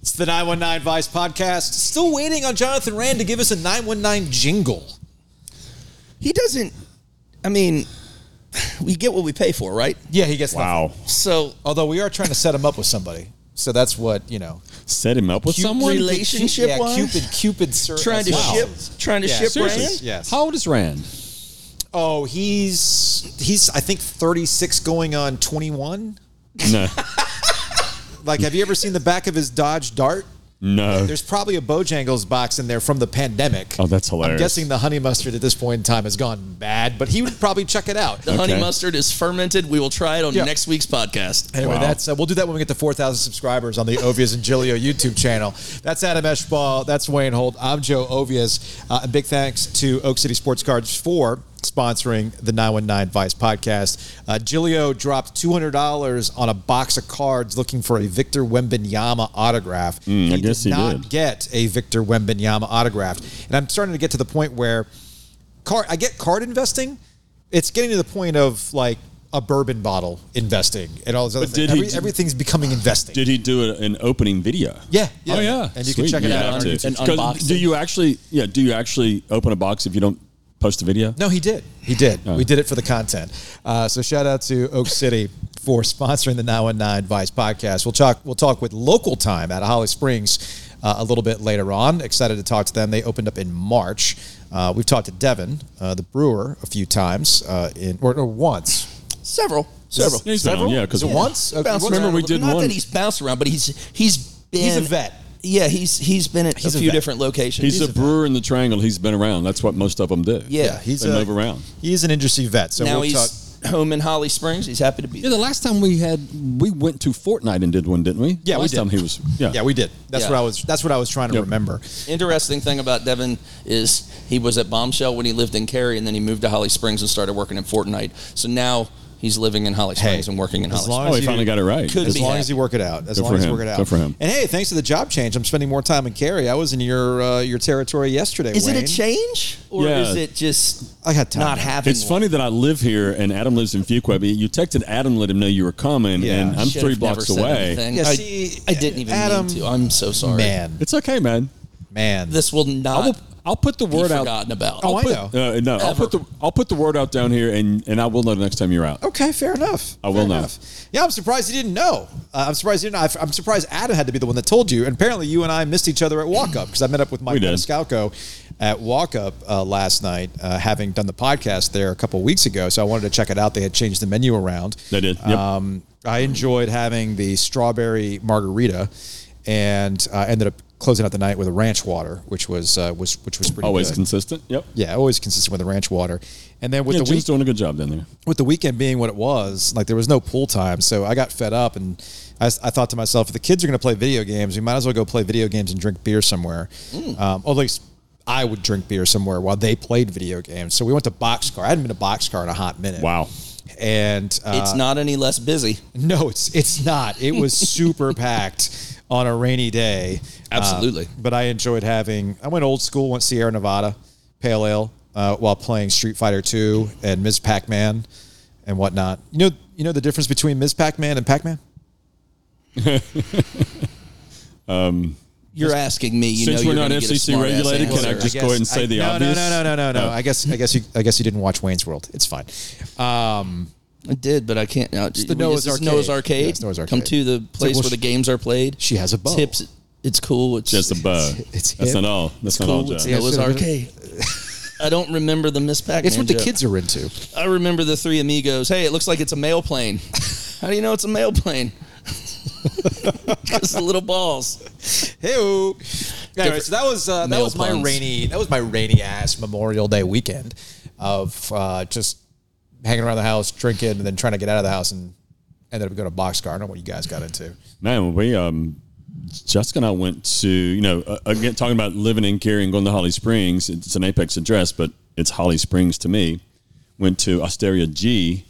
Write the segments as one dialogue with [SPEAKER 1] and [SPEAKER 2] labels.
[SPEAKER 1] It's the 919 Vice podcast. Still waiting on Jonathan Rand to give us a 919 jingle.
[SPEAKER 2] He doesn't. I mean, we get what we pay for, right?
[SPEAKER 1] Yeah, he gets nothing.
[SPEAKER 3] Wow.
[SPEAKER 2] So
[SPEAKER 1] Although we are trying to set him up with somebody. So that's what, you know.
[SPEAKER 3] Set him up with
[SPEAKER 2] Cute
[SPEAKER 3] someone?
[SPEAKER 2] relate- Relationship
[SPEAKER 1] yeah,
[SPEAKER 2] wise?
[SPEAKER 1] Cupid, Cupid sir.
[SPEAKER 2] trying to
[SPEAKER 1] wow.
[SPEAKER 2] ship, trying to
[SPEAKER 1] Yeah,
[SPEAKER 2] ship
[SPEAKER 1] seriously.
[SPEAKER 2] Rand.
[SPEAKER 1] Yes.
[SPEAKER 3] How old is Rand?
[SPEAKER 1] Oh, he's, he's I think, 36 going on 21.
[SPEAKER 3] No.
[SPEAKER 1] Like, have you ever seen the back of his Dodge Dart?
[SPEAKER 3] No.
[SPEAKER 1] There's probably a Bojangles box in there from the pandemic.
[SPEAKER 3] Oh, that's hilarious.
[SPEAKER 1] I'm guessing the honey mustard at this point in time has gone bad, but he would probably check it out.
[SPEAKER 2] The honey
[SPEAKER 3] Okay.
[SPEAKER 2] mustard is fermented. We will try it on
[SPEAKER 1] Yeah.
[SPEAKER 2] next week's podcast.
[SPEAKER 1] Anyway,
[SPEAKER 3] Wow.
[SPEAKER 1] that's uh, we'll do that when we get to 4,000 subscribers on the Ovias and Gilio YouTube channel. That's Adam Eschball. That's Wayne Holt. I'm Joe Ovias. Uh, and big thanks to Oak City Sports Cards for sponsoring the 919 Vice podcast. Uh, Gilio dropped $200 on a box of cards looking for a Victor Wembanyama autograph.
[SPEAKER 3] Hmm, I guess he
[SPEAKER 1] not
[SPEAKER 3] did.
[SPEAKER 1] get a Victor Wembanyama autograph. And I'm starting to get to the point where card I get card investing. It's getting to the point of like a bourbon bottle investing and all this other
[SPEAKER 3] But
[SPEAKER 1] things.
[SPEAKER 3] did he-
[SPEAKER 1] Every- everything's becoming investing.
[SPEAKER 3] Did he do a, an opening video?
[SPEAKER 1] yeah,
[SPEAKER 3] Oh yeah.
[SPEAKER 1] And you
[SPEAKER 3] Sweet,
[SPEAKER 1] can check it
[SPEAKER 3] you'd
[SPEAKER 1] out.
[SPEAKER 3] have
[SPEAKER 1] on
[SPEAKER 3] to.
[SPEAKER 1] YouTube.
[SPEAKER 2] an
[SPEAKER 3] 'Cause
[SPEAKER 2] unboxing.
[SPEAKER 3] Do you actually? Yeah. Do you actually open a box if you don't post a video?
[SPEAKER 1] No, he did. He did.
[SPEAKER 3] Oh.
[SPEAKER 1] We did it for the content. Uh, so shout out to Oak City for sponsoring the 919 Vice podcast. We'll talk. We'll talk with local time out of Holly Springs uh, a little bit later on. Excited to talk to them. They opened up in March. Uh, we've talked to Devin, uh, the brewer, a few times, uh, in or, or once.
[SPEAKER 2] Several, several.
[SPEAKER 3] Yeah, he's been on, Yeah, because
[SPEAKER 1] Is it once? Okay,
[SPEAKER 2] Bounce
[SPEAKER 1] once?
[SPEAKER 2] around
[SPEAKER 3] Remember
[SPEAKER 2] a
[SPEAKER 3] we
[SPEAKER 2] little-
[SPEAKER 3] did
[SPEAKER 2] not
[SPEAKER 3] one.
[SPEAKER 2] that he's bounced around, but he's he's been
[SPEAKER 1] He's a vet.
[SPEAKER 2] Yeah, he's he's been at
[SPEAKER 1] He's a
[SPEAKER 2] a few
[SPEAKER 1] vet.
[SPEAKER 2] different locations.
[SPEAKER 3] He's, a brewer in the triangle. He's been around. That's what most of them do.
[SPEAKER 2] Yeah.
[SPEAKER 1] Yeah, he's
[SPEAKER 3] They
[SPEAKER 1] a,
[SPEAKER 3] move around.
[SPEAKER 1] He's an industry vet. So
[SPEAKER 2] now
[SPEAKER 1] we'll talk.
[SPEAKER 2] he's home in Holly Springs. He's happy to be.
[SPEAKER 3] Yeah,
[SPEAKER 2] There.
[SPEAKER 3] the last time we had, we went to Fortnite and did one, didn't we?
[SPEAKER 1] Yeah, we
[SPEAKER 3] last
[SPEAKER 1] did.
[SPEAKER 3] time he was. Yeah,
[SPEAKER 1] Yeah, we did. That's
[SPEAKER 2] Yeah.
[SPEAKER 1] what I was. That's what I was trying to
[SPEAKER 3] Yep.
[SPEAKER 1] remember.
[SPEAKER 2] Interesting thing about Devin is he was at Bombshell when he lived in Cary, and then he moved to Holly Springs and started working in Fortnite. So now he's living in Holly Springs and working in
[SPEAKER 1] as
[SPEAKER 2] Holly.
[SPEAKER 1] long
[SPEAKER 3] Oh,
[SPEAKER 1] as
[SPEAKER 3] he
[SPEAKER 1] you-
[SPEAKER 3] finally got it right.
[SPEAKER 2] Could
[SPEAKER 1] as
[SPEAKER 2] be
[SPEAKER 1] long
[SPEAKER 2] happy.
[SPEAKER 1] as you work it out. As
[SPEAKER 3] Good
[SPEAKER 1] long
[SPEAKER 3] for
[SPEAKER 1] as you
[SPEAKER 3] him.
[SPEAKER 1] work it out.
[SPEAKER 3] Good for him.
[SPEAKER 1] And hey, thanks to the job change, I'm spending more time in Cary. I was in your uh, your territory yesterday.
[SPEAKER 2] Springs. Is it
[SPEAKER 1] Wayne.
[SPEAKER 2] a change or
[SPEAKER 3] Yeah.
[SPEAKER 2] is it just
[SPEAKER 1] I got time.
[SPEAKER 2] not having?
[SPEAKER 3] It's
[SPEAKER 2] one?
[SPEAKER 3] funny that I live here and Adam lives in Fuquay. You texted Adam, let him know you were coming,
[SPEAKER 1] Yeah.
[SPEAKER 3] and I'm
[SPEAKER 2] Should
[SPEAKER 3] three
[SPEAKER 2] have never
[SPEAKER 3] blocks
[SPEAKER 2] said
[SPEAKER 3] away.
[SPEAKER 2] anything.
[SPEAKER 1] Yeah,
[SPEAKER 2] I,
[SPEAKER 1] see,
[SPEAKER 2] I didn't even
[SPEAKER 1] Adam-
[SPEAKER 2] mean to. I'm so sorry.
[SPEAKER 1] Man,
[SPEAKER 3] It's okay, man.
[SPEAKER 1] man.
[SPEAKER 2] this will not
[SPEAKER 3] I will. uh, I'll put the
[SPEAKER 2] be
[SPEAKER 3] word out.
[SPEAKER 2] forgotten about.
[SPEAKER 1] Oh, I
[SPEAKER 3] I'll put,
[SPEAKER 1] know.
[SPEAKER 3] Uh, no, I'll
[SPEAKER 2] Ever.
[SPEAKER 3] put the I'll put the word out down here, and and I will know the next time you're out.
[SPEAKER 1] okay, fair enough.
[SPEAKER 3] I will
[SPEAKER 1] Fair
[SPEAKER 3] know.
[SPEAKER 1] enough. Yeah, I'm surprised you didn't know. Uh, I'm surprised you didn't. I'm surprised Adam had to be the one that told you. And apparently, you and I missed each other at walk up because I met up with Mike
[SPEAKER 3] We did.
[SPEAKER 1] Maniscalco at walk up uh, last night, uh, having done the podcast there a couple weeks ago. So I wanted to check it out. They had changed the menu around.
[SPEAKER 3] They did. Yep.
[SPEAKER 1] Um, I enjoyed having the strawberry margarita, and I ended up closing out the night with a ranch water, which was uh, was which was pretty
[SPEAKER 3] Always
[SPEAKER 1] good.
[SPEAKER 3] consistent. Yep.
[SPEAKER 1] yeah, always consistent with the ranch water. And then with
[SPEAKER 3] Yeah,
[SPEAKER 1] the
[SPEAKER 3] Jim's
[SPEAKER 1] week,
[SPEAKER 3] doing a good job down there.
[SPEAKER 1] with the weekend being what it was, like there was no pool time, so I got fed up and I, s- I thought to myself, if the kids are going to play video games, we might as well go play video games and drink beer somewhere. Um, or at least I would drink beer somewhere while they played video games. So we went to Boxcar. I hadn't been to Boxcar in a hot minute.
[SPEAKER 3] Wow.
[SPEAKER 1] And uh,
[SPEAKER 2] It's not any less busy.
[SPEAKER 1] no, it's it's not. It was super packed on a rainy day.
[SPEAKER 2] Absolutely.
[SPEAKER 1] Uh, but I enjoyed having. I went old school. Went Sierra Nevada, Pale Ale, uh, while playing Street Fighter Two and Ms. Pac Man, and whatnot. You know, you know the difference between Ms. Pac Man and Pac Man.
[SPEAKER 2] You're asking me. You
[SPEAKER 3] Since
[SPEAKER 2] know
[SPEAKER 3] we're
[SPEAKER 2] you're
[SPEAKER 3] not
[SPEAKER 2] gonna get a
[SPEAKER 3] FCC
[SPEAKER 2] smart-ass
[SPEAKER 3] regulated, can
[SPEAKER 2] answer.
[SPEAKER 3] I just go ahead and say the
[SPEAKER 1] no,
[SPEAKER 3] obvious? Oh.
[SPEAKER 1] No, no, no, no, no, no. I guess, I guess you, I guess you didn't watch Wayne's World. It's fine. Um,
[SPEAKER 2] I did, but I can't. No, it's
[SPEAKER 1] the Noah's
[SPEAKER 2] this
[SPEAKER 1] Arcade.
[SPEAKER 2] Noah's Arcade.
[SPEAKER 1] Yeah, it's Noah's
[SPEAKER 2] Come
[SPEAKER 1] Arcade.
[SPEAKER 2] to the
[SPEAKER 1] It's like,
[SPEAKER 2] place
[SPEAKER 1] well,
[SPEAKER 2] where
[SPEAKER 1] she-
[SPEAKER 2] the games are played.
[SPEAKER 1] she has a bow.
[SPEAKER 2] Tips. It's cool. It's
[SPEAKER 3] Just a bow.
[SPEAKER 1] it's
[SPEAKER 3] That's
[SPEAKER 1] him.
[SPEAKER 3] not all. That's not all,
[SPEAKER 2] cool.
[SPEAKER 3] Joe.
[SPEAKER 2] It's
[SPEAKER 1] Yeah,
[SPEAKER 2] Noah's
[SPEAKER 1] so-
[SPEAKER 2] Arcade. I don't remember the Miss Pac.
[SPEAKER 1] it's what the kids are into.
[SPEAKER 2] I remember the three amigos. Hey, it looks like it's a mail plane. How do you know it's a mail plane? Just the little balls.
[SPEAKER 1] Hey. Anyway,
[SPEAKER 2] Different
[SPEAKER 1] so that was uh, that
[SPEAKER 2] male
[SPEAKER 1] was my
[SPEAKER 2] puns.
[SPEAKER 1] rainy that was my rainy ass Memorial Day weekend of uh, just hanging around the house, drinking, and then trying to get out of the house and ended up going to boxcar. I don't know what you guys got into.
[SPEAKER 3] Man, we um, Jessica and I went to you know uh, again talking about living in Cary and going to Holly Springs. It's an Apex address, but it's Holly Springs to me. Went to Osteria G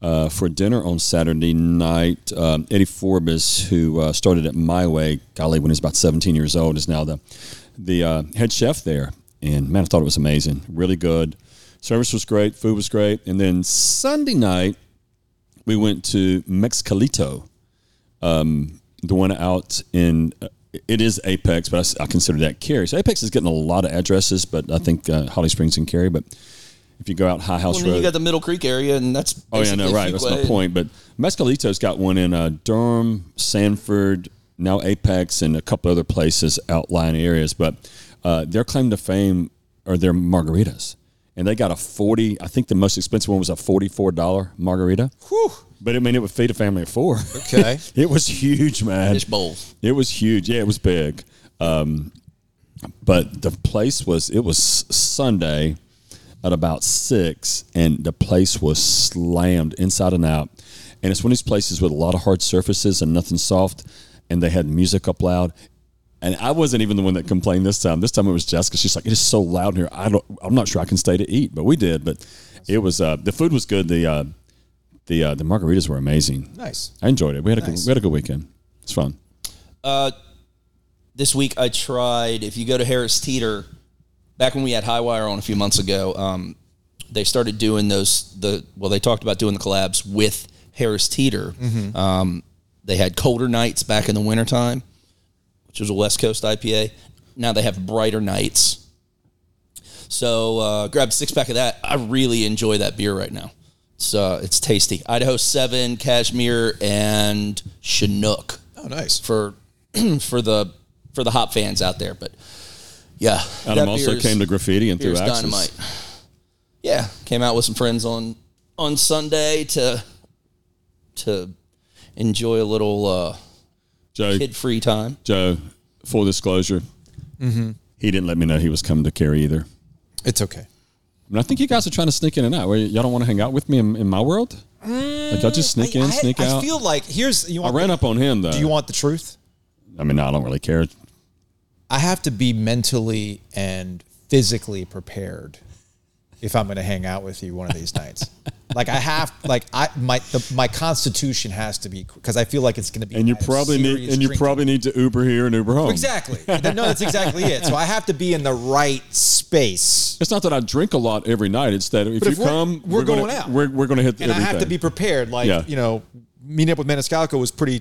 [SPEAKER 3] uh, for dinner on Saturday night. Um, Eddie Forbes, who uh, started at My Way, golly, when he was about 17 years old, is now the the uh, head chef there. And man, I thought it was amazing, really good. Service was great, food was great, and then Sunday night we went to Mexcalito the one um, out in uh, it is Apex, but I s- I, consider that Cary. So Apex is getting a lot of addresses, but I think uh, Holly Springs and Cary. But if you go out High House
[SPEAKER 2] Well, then
[SPEAKER 3] Road,
[SPEAKER 2] you got the Middle Creek area, and that's
[SPEAKER 3] oh yeah, no,
[SPEAKER 2] basically
[SPEAKER 3] right. That's my
[SPEAKER 2] Fuquay.
[SPEAKER 3] point. But Mescalito's got one in uh, Durham, Sanford, now Apex, and a couple other places outlying areas. But uh, their claim to fame are their margaritas, and they got a forty. I think the most expensive one was a forty-four dollar margarita.
[SPEAKER 1] Whew.
[SPEAKER 3] But I mean, it would feed a family of four.
[SPEAKER 1] Okay.
[SPEAKER 3] it was huge, man.
[SPEAKER 2] Fish bowls.
[SPEAKER 3] It was huge. Yeah, it was big. Um, but the place was, it was Sunday at about six, and the place was slammed inside and out. And it's one of these places with a lot of hard surfaces and nothing soft, and they had music up loud. And I wasn't even the one that complained this time. This time it was Jessica. She's like, "It is so loud in here. I don't. I'm not sure I can stay to eat." But we did. But it was uh, the food was good. The uh, the uh, the margaritas were amazing.
[SPEAKER 1] Nice.
[SPEAKER 3] I enjoyed it. We had a good, we had a good weekend. It's fun.
[SPEAKER 2] This week I tried. If you go to Harris Teeter, back when we had Highwire on a few months ago, um, they started doing those. The well, they talked about doing the collabs with Harris Teeter.
[SPEAKER 1] Mm-hmm.
[SPEAKER 2] Um, they had colder nights back in the wintertime, which was a West Coast IPA. Now they have brighter nights. So uh, grabbed a six pack of that. I really enjoy that beer right now. It's uh, it's tasty. Idaho Seven, Cashmere, and Chinook
[SPEAKER 1] Oh, nice.
[SPEAKER 2] for for the for the hop fans out there. But yeah,
[SPEAKER 3] Adam also came to graffiti and threw
[SPEAKER 2] beer's
[SPEAKER 3] axes.
[SPEAKER 2] dynamite. Yeah, came out with some friends on on Sunday to to enjoy a little uh,
[SPEAKER 3] Joe,
[SPEAKER 2] kid free time.
[SPEAKER 3] Joe, full disclosure, he didn't let me know he was coming to carry either.
[SPEAKER 1] It's okay.
[SPEAKER 3] I, mean, I think you guys are trying to sneak in and out. Where y'all don't want to hang out with me in, in my world. like y'all just sneak
[SPEAKER 1] Mm, I,
[SPEAKER 3] in,
[SPEAKER 1] I-
[SPEAKER 3] sneak
[SPEAKER 1] I
[SPEAKER 3] out.
[SPEAKER 1] feel like here's you
[SPEAKER 3] I
[SPEAKER 1] want.
[SPEAKER 3] ran up on him though.
[SPEAKER 1] do you want the truth?
[SPEAKER 3] I mean, I don't really care.
[SPEAKER 1] I have to be mentally and physically prepared if I'm going to hang out with you one of these nights. Like I have, like I my the, my constitution has to be because I feel like it's going to be.
[SPEAKER 3] And you
[SPEAKER 1] a
[SPEAKER 3] probably need
[SPEAKER 1] serious
[SPEAKER 3] and you
[SPEAKER 1] drinking-
[SPEAKER 3] probably need to Uber here and Uber home.
[SPEAKER 1] exactly. No, that's exactly it. So I have to be in the right space,
[SPEAKER 3] It's not that I drink a lot every night. It's that if
[SPEAKER 1] But
[SPEAKER 3] you
[SPEAKER 1] if we're-
[SPEAKER 3] come,
[SPEAKER 1] we're
[SPEAKER 3] gonna-
[SPEAKER 1] going out.
[SPEAKER 3] We're, we're going to hit.
[SPEAKER 1] and I have to be
[SPEAKER 3] everything.
[SPEAKER 1] prepared. Like
[SPEAKER 3] Yeah.
[SPEAKER 1] you know, meeting up with Maniscalco was pretty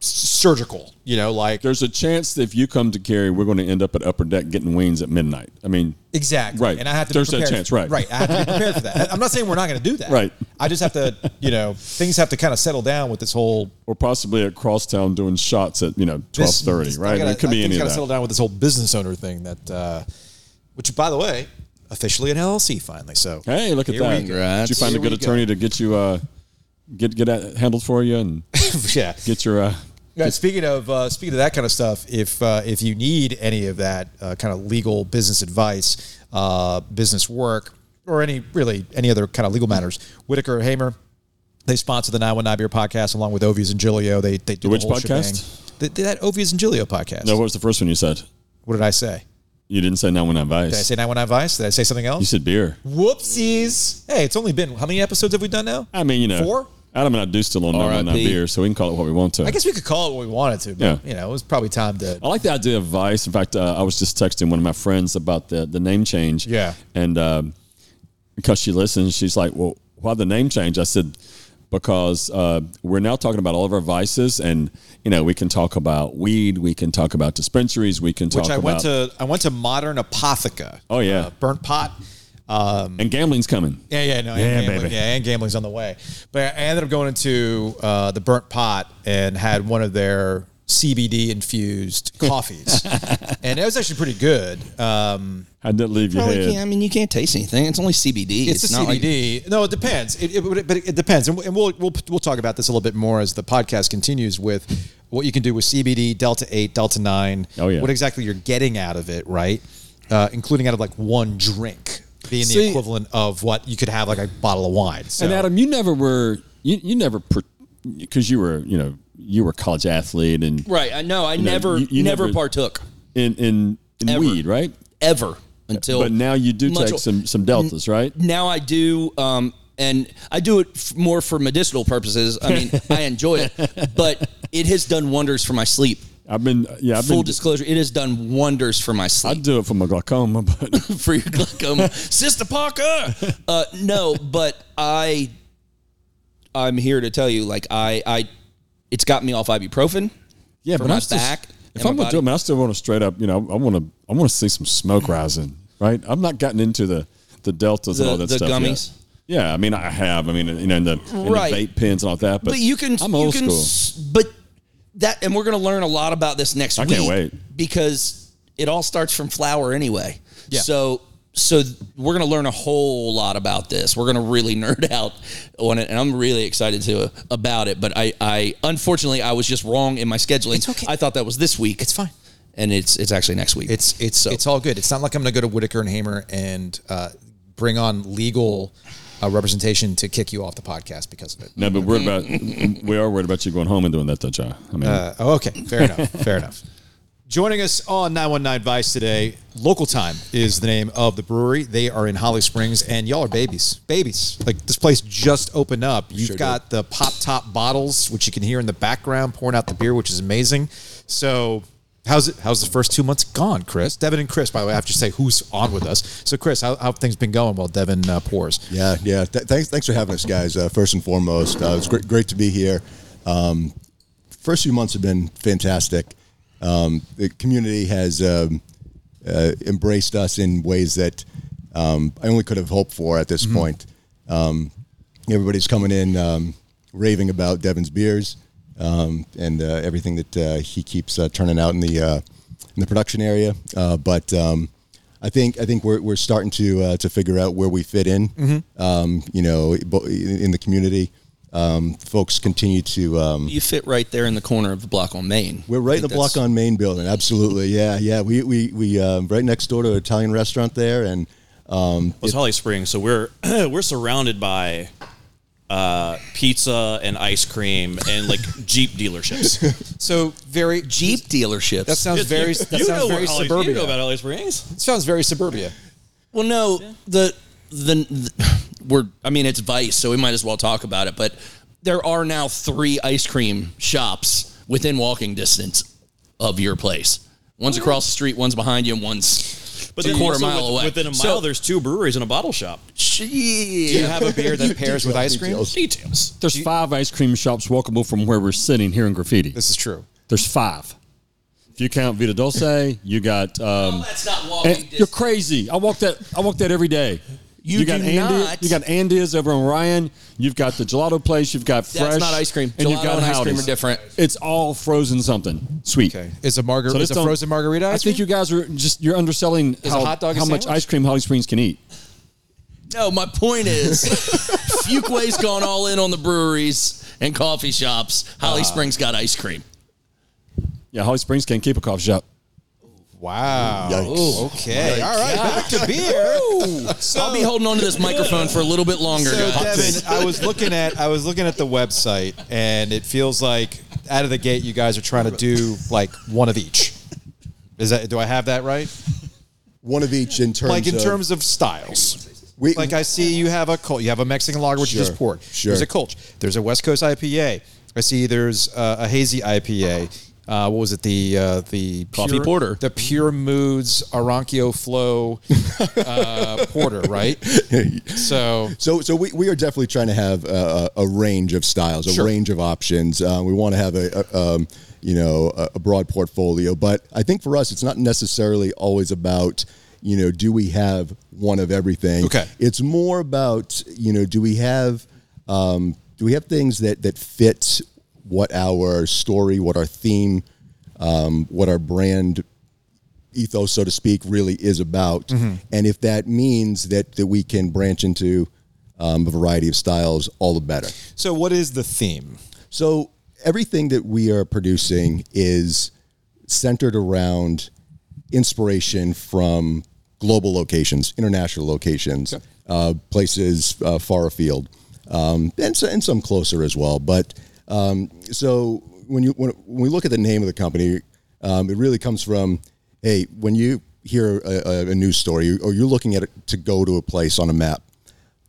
[SPEAKER 1] s- surgical. You know, like
[SPEAKER 3] There's a chance that if you come to carry, we're going to end up at Upper Deck getting wings at midnight. I mean,
[SPEAKER 1] Exactly.
[SPEAKER 3] Right.
[SPEAKER 1] And I have to
[SPEAKER 3] There's
[SPEAKER 1] be
[SPEAKER 3] that
[SPEAKER 1] prepared.
[SPEAKER 3] chance, right.
[SPEAKER 1] Right. I have to be prepared for that. I'm not saying we're not going to do that.
[SPEAKER 3] Right.
[SPEAKER 1] I just have to, you know, things have to kind of settle down with this whole.
[SPEAKER 3] or possibly at Crosstown doing shots at you know twelve
[SPEAKER 1] this-
[SPEAKER 3] thirty,
[SPEAKER 1] this- I
[SPEAKER 3] right?
[SPEAKER 1] gotta-
[SPEAKER 3] it could
[SPEAKER 1] I-
[SPEAKER 3] be
[SPEAKER 1] things
[SPEAKER 3] any of
[SPEAKER 1] gotta
[SPEAKER 3] that.
[SPEAKER 1] settle down with this whole business owner thing that, uh, which, by the way, officially an LLC finally. So
[SPEAKER 3] Hey, look at
[SPEAKER 1] Here we
[SPEAKER 3] that!
[SPEAKER 1] go.
[SPEAKER 2] Congrats.
[SPEAKER 3] Did you find
[SPEAKER 1] Here
[SPEAKER 3] a good
[SPEAKER 1] we go.
[SPEAKER 3] attorney to get you uh, get get that handled for you and
[SPEAKER 1] yeah.
[SPEAKER 3] get your uh,
[SPEAKER 1] Yeah, speaking of uh, speaking of that kind of stuff, if uh, if you need any of that uh, kind of legal business advice, uh, business work, or any really any other kind of legal matters, Whitaker and Hamer, they sponsor the 919 Beer podcast along with Ovius and Gilio. They they do
[SPEAKER 3] Which
[SPEAKER 1] the whole
[SPEAKER 3] podcast?
[SPEAKER 1] shebang. Th- that Ovius and Gilio podcast.
[SPEAKER 3] no. What was the first one you said?
[SPEAKER 1] What did I say?
[SPEAKER 3] You didn't say nine one nine
[SPEAKER 1] Did I
[SPEAKER 3] vice.
[SPEAKER 1] say 919 Vice? Did I say something
[SPEAKER 3] You
[SPEAKER 1] else?
[SPEAKER 3] said beer.
[SPEAKER 1] Whoopsies! Hey, it's only been how many episodes have we done now?
[SPEAKER 3] I mean, you know,
[SPEAKER 1] Four?
[SPEAKER 3] Adam and I do still on nine one nine
[SPEAKER 2] R.I.P..
[SPEAKER 3] beer, so we can call it what we want to.
[SPEAKER 1] I guess we could call it what we wanted to, but
[SPEAKER 3] Yeah.
[SPEAKER 1] you know, it was probably time to
[SPEAKER 3] I like the idea of Vice. In fact, uh, I was just texting one of my friends about the the name change.
[SPEAKER 1] Yeah.
[SPEAKER 3] and um, because she listens, she's like, "Well, why the name change?" I said, "Because uh, we're now talking about all of our vices, and you know, we can talk about weed, we can talk about dispensaries, we can talk
[SPEAKER 1] which I
[SPEAKER 3] about
[SPEAKER 1] went to. I went to Modern Apotheca.
[SPEAKER 3] Oh, yeah.
[SPEAKER 1] uh, burnt pot.
[SPEAKER 3] and gambling's coming."
[SPEAKER 1] Yeah, yeah, no,
[SPEAKER 3] Yeah,
[SPEAKER 1] and gambling,
[SPEAKER 3] baby.
[SPEAKER 1] yeah, and gambling's on the way. But I ended up going into uh, the burnt pot and had one of their CBD infused coffees, and it was actually pretty good. Um,
[SPEAKER 3] How'd that leave your
[SPEAKER 2] Well,
[SPEAKER 3] head?
[SPEAKER 2] Oh, you can't- I mean, you can't taste anything. It's only CBD.
[SPEAKER 1] it's, the
[SPEAKER 2] not like-
[SPEAKER 1] CBD. no, it depends. It, it, but it depends, and, we'll- and we'll we'll we'll talk about this a little bit more as the podcast continues with what you can do with CBD, delta eight, delta nine.
[SPEAKER 3] Oh, yeah.
[SPEAKER 1] what exactly you're getting out of it, right? Uh, including out of like one drink being the
[SPEAKER 3] See-
[SPEAKER 1] equivalent of what you could have like a bottle of wine. So.
[SPEAKER 3] And Adam, you never were you you never because you were you know you were a college athlete and
[SPEAKER 2] right? I know. I
[SPEAKER 3] know,
[SPEAKER 2] never,
[SPEAKER 3] you- you
[SPEAKER 2] never,
[SPEAKER 3] never-
[SPEAKER 2] partook
[SPEAKER 3] in in, in
[SPEAKER 2] Ever.
[SPEAKER 3] weed, right?
[SPEAKER 2] ever until.
[SPEAKER 3] But now you do
[SPEAKER 2] much
[SPEAKER 3] take
[SPEAKER 2] ol-
[SPEAKER 3] some some deltas, right?
[SPEAKER 2] now I do, um, and I do it f- more for medicinal purposes. I mean, I enjoy it, but it has done wonders for my sleep.
[SPEAKER 3] I've been yeah, I've
[SPEAKER 2] Full
[SPEAKER 3] been
[SPEAKER 2] disclosure, it has done wonders for my
[SPEAKER 3] I
[SPEAKER 2] sleep.
[SPEAKER 3] do it for my glaucoma, but
[SPEAKER 2] for your glaucoma, Sister Parker. Uh, no, but I, I'm here to tell you, like I, I, it's got me off ibuprofen.
[SPEAKER 3] yeah,
[SPEAKER 2] For
[SPEAKER 3] but
[SPEAKER 2] my
[SPEAKER 3] I'm still,
[SPEAKER 2] back.
[SPEAKER 3] If
[SPEAKER 2] my
[SPEAKER 3] I'm gonna
[SPEAKER 2] body-
[SPEAKER 3] do it, man, I still want to straight up. You know, I want to. I want to see some smoke rising. Right. I've not gotten into the the deltas and
[SPEAKER 2] The-
[SPEAKER 3] all that
[SPEAKER 2] the
[SPEAKER 3] stuff. yet.
[SPEAKER 2] gummies?
[SPEAKER 3] Yeah, I mean, I have. I mean, you know, and the, and
[SPEAKER 2] Right.
[SPEAKER 3] the vape pens and all that. But,
[SPEAKER 2] But, you can.
[SPEAKER 3] I'm old
[SPEAKER 2] you can,
[SPEAKER 3] school.
[SPEAKER 2] s- But that, and we're going to learn a lot about this next
[SPEAKER 3] I
[SPEAKER 2] week.
[SPEAKER 3] can't wait.
[SPEAKER 2] because it all starts from flour anyway.
[SPEAKER 1] Yeah.
[SPEAKER 2] So so we're going to learn a whole lot about this. We're going to really nerd out on it, and I'm really excited to about it. But I, I unfortunately I was just wrong in my scheduling.
[SPEAKER 1] It's okay.
[SPEAKER 2] I thought that was this week.
[SPEAKER 1] It's fine.
[SPEAKER 2] and it's it's actually next week.
[SPEAKER 1] It's it's
[SPEAKER 2] So-
[SPEAKER 1] it's all good. It's not like I'm going to go to Whitaker and Hamer and uh, bring on legal uh, representation to kick you off the podcast because of it.
[SPEAKER 3] no, but we're about we are worried about you going home and doing that, though, John. I mean,
[SPEAKER 1] Uh, oh, okay, fair enough. Fair enough. Joining us on 919 Vice today, Local Time is the name of the brewery. They are in Holly Springs, and y'all are babies. Babies. Like this place just opened up. You've
[SPEAKER 3] Sure did.
[SPEAKER 1] got the pop top bottles, which you can hear in the background pouring out the beer, which is amazing. So, how's it? How's the first two months gone, Chris? Devin and Chris, by the way, I have to say who's on with us. So, Chris, how, how have things been going while Devin uh, pours?
[SPEAKER 4] Yeah, yeah. Th- thanks, thanks for having us, guys. Uh, first and foremost, uh, it's great, great to be here. Um, first few months have been fantastic. Um, the community has um, uh, embraced us in ways that um, I only could have hoped for at this point. Um, everybody's coming in um, raving about Devin's beers um, and uh, everything that uh, he keeps uh, turning out in the uh, in the production area. Uh, but um, I think I think we're, we're starting to uh, to figure out where we fit in. Um, you know, bo- in in the community, um, folks continue to. Um,
[SPEAKER 2] you fit right there in the corner of the block on Main.
[SPEAKER 4] we're right in the
[SPEAKER 2] I think
[SPEAKER 4] block
[SPEAKER 2] that's-
[SPEAKER 4] on Main Building. Absolutely, yeah, yeah. We we we um, right next door to an Italian restaurant there, and um,
[SPEAKER 5] Well, it's Holly Springs, so we're we're surrounded by uh, pizza and ice cream and like Jeep dealerships.
[SPEAKER 1] So, very
[SPEAKER 2] Jeep dealerships.
[SPEAKER 1] That sounds very. That
[SPEAKER 5] you
[SPEAKER 1] sounds
[SPEAKER 5] know
[SPEAKER 1] very
[SPEAKER 5] where Holly-
[SPEAKER 1] suburbia.
[SPEAKER 5] You know about Holly Springs?
[SPEAKER 1] It sounds very suburbia.
[SPEAKER 2] Well, no, the, the the we're I mean it's Vice, so we might as well talk about it. But there are now three ice cream shops within walking distance of your place. One's across the street, one's behind you, and one's
[SPEAKER 5] But
[SPEAKER 2] a
[SPEAKER 5] then
[SPEAKER 2] quarter
[SPEAKER 5] also
[SPEAKER 2] mile
[SPEAKER 5] with-
[SPEAKER 2] away.
[SPEAKER 5] Within a mile,
[SPEAKER 2] So-
[SPEAKER 5] there's two breweries and a bottle shop.
[SPEAKER 1] Do
[SPEAKER 2] Gee.
[SPEAKER 1] you have a beer that pairs with ice cream?
[SPEAKER 4] details.
[SPEAKER 5] Details.
[SPEAKER 3] there's five ice cream shops walkable from where we're sitting here in graffiti.
[SPEAKER 1] This is true.
[SPEAKER 3] There's five. If you count Vita Dulce, you got. Um,
[SPEAKER 2] That's not walking
[SPEAKER 3] and
[SPEAKER 2] distance.
[SPEAKER 3] you're crazy. I walk that. I walk that every day.
[SPEAKER 2] You
[SPEAKER 3] got
[SPEAKER 2] do
[SPEAKER 3] Andy,
[SPEAKER 2] not.
[SPEAKER 3] You got Andes over on Ryan. You've got the gelato place. You've got fresh.
[SPEAKER 2] That's not ice cream.
[SPEAKER 3] And you've
[SPEAKER 2] Gelato
[SPEAKER 3] got
[SPEAKER 2] and ice cream
[SPEAKER 3] Howdy's.
[SPEAKER 2] are different.
[SPEAKER 3] It's all frozen something sweet.
[SPEAKER 1] Okay. Is a margarita is
[SPEAKER 3] this
[SPEAKER 1] a
[SPEAKER 3] don't-
[SPEAKER 1] frozen margarita?
[SPEAKER 3] I think you guys are just you're underselling
[SPEAKER 1] a
[SPEAKER 3] how,
[SPEAKER 1] hot dog a
[SPEAKER 3] how much
[SPEAKER 1] sandwich?
[SPEAKER 3] ice cream Holly Springs can eat.
[SPEAKER 2] No, my point is, Fuquay's gone all in on the breweries and coffee shops. Holly Springs got ice cream.
[SPEAKER 3] Yeah, Holly Springs can't keep a coffee shop.
[SPEAKER 1] Wow.
[SPEAKER 4] Yikes.
[SPEAKER 1] Okay. All right. Back to beer.
[SPEAKER 2] I'll be holding on to this microphone for a little bit longer.
[SPEAKER 1] So
[SPEAKER 2] guys.
[SPEAKER 1] Devin, I was looking at I was looking at the website, and it feels like out of the gate, you guys are trying to do like one of each. Is that do I have that right?
[SPEAKER 4] One of each in terms.
[SPEAKER 1] Like in
[SPEAKER 4] of,
[SPEAKER 1] terms of styles.
[SPEAKER 4] We-
[SPEAKER 1] like I see you have a col- you have a Mexican lager which you
[SPEAKER 4] Sure,
[SPEAKER 1] just poured.
[SPEAKER 4] sure.
[SPEAKER 1] There's a Kolsch. There's a West Coast IPA. I see there's uh, a hazy IPA. Uh, what was it? The uh, the
[SPEAKER 2] Coffee
[SPEAKER 1] pure-
[SPEAKER 2] porter.
[SPEAKER 1] the Pure Moods Arancio Flow uh, Porter, right? So
[SPEAKER 4] So, so we, we are definitely trying to have a, a a range of styles, a
[SPEAKER 1] Sure.
[SPEAKER 4] range of options. Uh, we want to have a, a um, you know a, a broad portfolio, but I think for us, it's not necessarily always about you know do we have one of everything.
[SPEAKER 1] Okay.
[SPEAKER 4] it's more about you know do we have um, do we have things that that fit what our story, what our theme, um, what our brand ethos, so to speak, really is about. And if that means that that we can branch into um, a variety of styles, all the better.
[SPEAKER 1] so what is the theme?
[SPEAKER 4] So everything that we are producing is centered around inspiration from global locations, international locations, uh, places uh, far afield, um, and, so, and some closer as well. But um, so when you when, when we look at the name of the company, um, it really comes from hey, when you hear a, a, a news story or you're looking at it to go to a place on a map,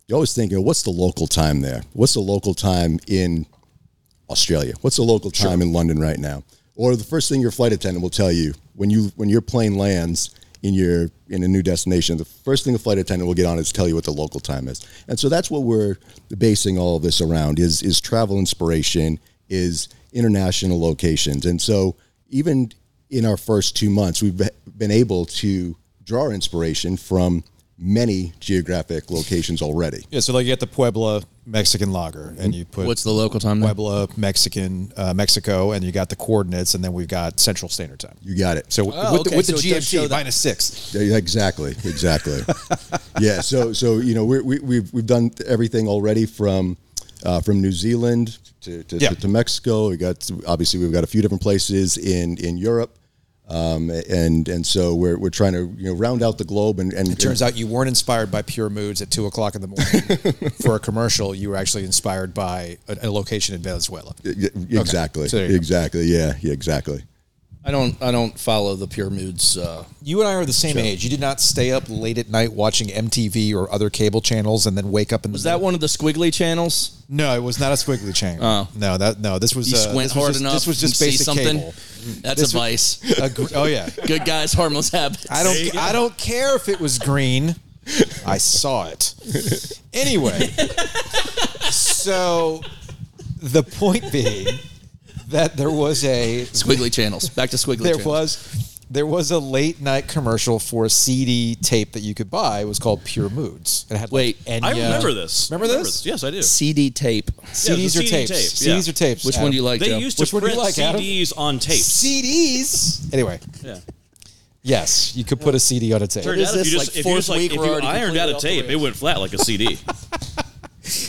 [SPEAKER 4] you're always thinking, what's the local time there? What's the local time in Australia. What's the local time in London right now? Or the first thing your flight attendant will tell you when you when your plane lands in your in a new destination, the first thing a flight attendant will get on is tell you what the local time is. And so that's what we're basing all of this around is is travel inspiration, is international locations. And so even in our first two months, we've be- been able to draw inspiration from many geographic locations already.
[SPEAKER 1] Yeah, so like you get the Puebla Mexican lager, and you put
[SPEAKER 2] What's the local time? Now?
[SPEAKER 1] Puebla Mexican uh, Mexico, and you got the coordinates, and then we've got Central Standard Time.
[SPEAKER 4] You got it.
[SPEAKER 1] So with,
[SPEAKER 2] Oh,
[SPEAKER 1] with the,
[SPEAKER 2] okay,
[SPEAKER 1] with
[SPEAKER 2] so
[SPEAKER 1] the
[SPEAKER 2] it does show
[SPEAKER 1] GMT
[SPEAKER 2] that.
[SPEAKER 1] minus six,
[SPEAKER 4] Yeah, Exactly, exactly. yeah. So, so you know, we're, we, we've we've done everything already from uh, from New Zealand to to,
[SPEAKER 1] Yeah.
[SPEAKER 4] to Mexico. We got obviously we've got a few different places in in Europe, um, and and so we're we're trying to you know round out the globe and and
[SPEAKER 1] it turns out you weren't inspired by Pure Moods at two o'clock in the morning for a commercial. You were actually inspired by a, a location in Venezuela.
[SPEAKER 4] exactly,
[SPEAKER 1] So there you go.
[SPEAKER 4] exactly. Yeah, yeah, exactly.
[SPEAKER 2] I don't. I don't follow the Pure Moods. Uh,
[SPEAKER 1] You and I are the same age. You did not stay up late at night watching MTV or other cable channels, and then wake up in
[SPEAKER 2] was that one of the squiggly channels?
[SPEAKER 1] No, it was not a squiggly chain. Oh no, that no. This was
[SPEAKER 2] You
[SPEAKER 1] uh,
[SPEAKER 2] squint
[SPEAKER 1] this was
[SPEAKER 2] hard
[SPEAKER 1] just-
[SPEAKER 2] enough.
[SPEAKER 1] This was just
[SPEAKER 2] and see
[SPEAKER 1] basic
[SPEAKER 2] something. Mm-hmm.
[SPEAKER 1] cable.
[SPEAKER 2] That's
[SPEAKER 1] This
[SPEAKER 2] a vice.
[SPEAKER 1] A gr- oh yeah.
[SPEAKER 2] Good guys, harmless habits.
[SPEAKER 1] I don't. I don't care if it was green. I saw it. Anyway, so the point being that there was a
[SPEAKER 2] Squiggly channels. Back to squiggly.
[SPEAKER 1] there
[SPEAKER 2] channels.
[SPEAKER 1] was there was a late night commercial for a CD tape that you could buy. It was called Pure Moods. It had
[SPEAKER 2] Wait,
[SPEAKER 1] and
[SPEAKER 5] I remember this.
[SPEAKER 1] Remember
[SPEAKER 5] I
[SPEAKER 1] this?
[SPEAKER 5] Yes, I do.
[SPEAKER 2] CD tape.
[SPEAKER 5] Yeah, it
[SPEAKER 1] CDs
[SPEAKER 5] was
[SPEAKER 1] or
[SPEAKER 5] a CD
[SPEAKER 1] tapes.
[SPEAKER 5] tape,
[SPEAKER 1] CDs
[SPEAKER 5] yeah.
[SPEAKER 1] or tapes.
[SPEAKER 2] Which one
[SPEAKER 1] Adam?
[SPEAKER 2] do you like?
[SPEAKER 5] They
[SPEAKER 2] Joe?
[SPEAKER 5] used
[SPEAKER 1] Which
[SPEAKER 5] to
[SPEAKER 1] one do you
[SPEAKER 5] print
[SPEAKER 1] like, Adam?
[SPEAKER 5] CDs on tape.
[SPEAKER 1] CDs. Anyway,
[SPEAKER 5] Yeah.
[SPEAKER 1] yes, you could put a CD on a tape.
[SPEAKER 5] Turned
[SPEAKER 2] is
[SPEAKER 5] out if
[SPEAKER 2] this,
[SPEAKER 5] you just
[SPEAKER 2] like,
[SPEAKER 5] if you
[SPEAKER 2] fourth
[SPEAKER 5] just like
[SPEAKER 2] week
[SPEAKER 5] if you
[SPEAKER 2] we're already
[SPEAKER 5] ironed out
[SPEAKER 2] completely
[SPEAKER 5] a
[SPEAKER 2] off the
[SPEAKER 5] tape, it
[SPEAKER 2] rails?
[SPEAKER 5] went flat like a CD.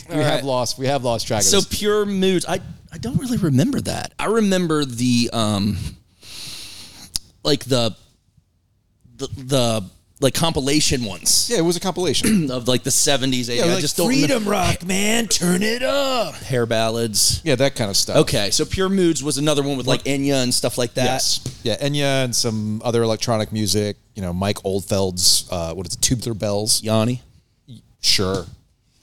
[SPEAKER 1] We have lost. We have lost track. Of
[SPEAKER 2] So
[SPEAKER 1] this.
[SPEAKER 2] pure moods. I I don't really remember that. I remember the um, like the the the like compilation ones
[SPEAKER 1] yeah, it was a compilation.
[SPEAKER 2] of like the seventies. Yeah, I just don't remember.
[SPEAKER 1] rock, man, turn it up.
[SPEAKER 2] hair ballads.
[SPEAKER 1] Yeah, that kind of stuff.
[SPEAKER 2] Okay, so pure moods was another one with like Enya and stuff like that.
[SPEAKER 1] Yes. Yeah, Enya and some other electronic music. You know, Mike Oldfeld's uh, what is it? Tubular Bells.
[SPEAKER 2] Yanni,
[SPEAKER 1] Sure,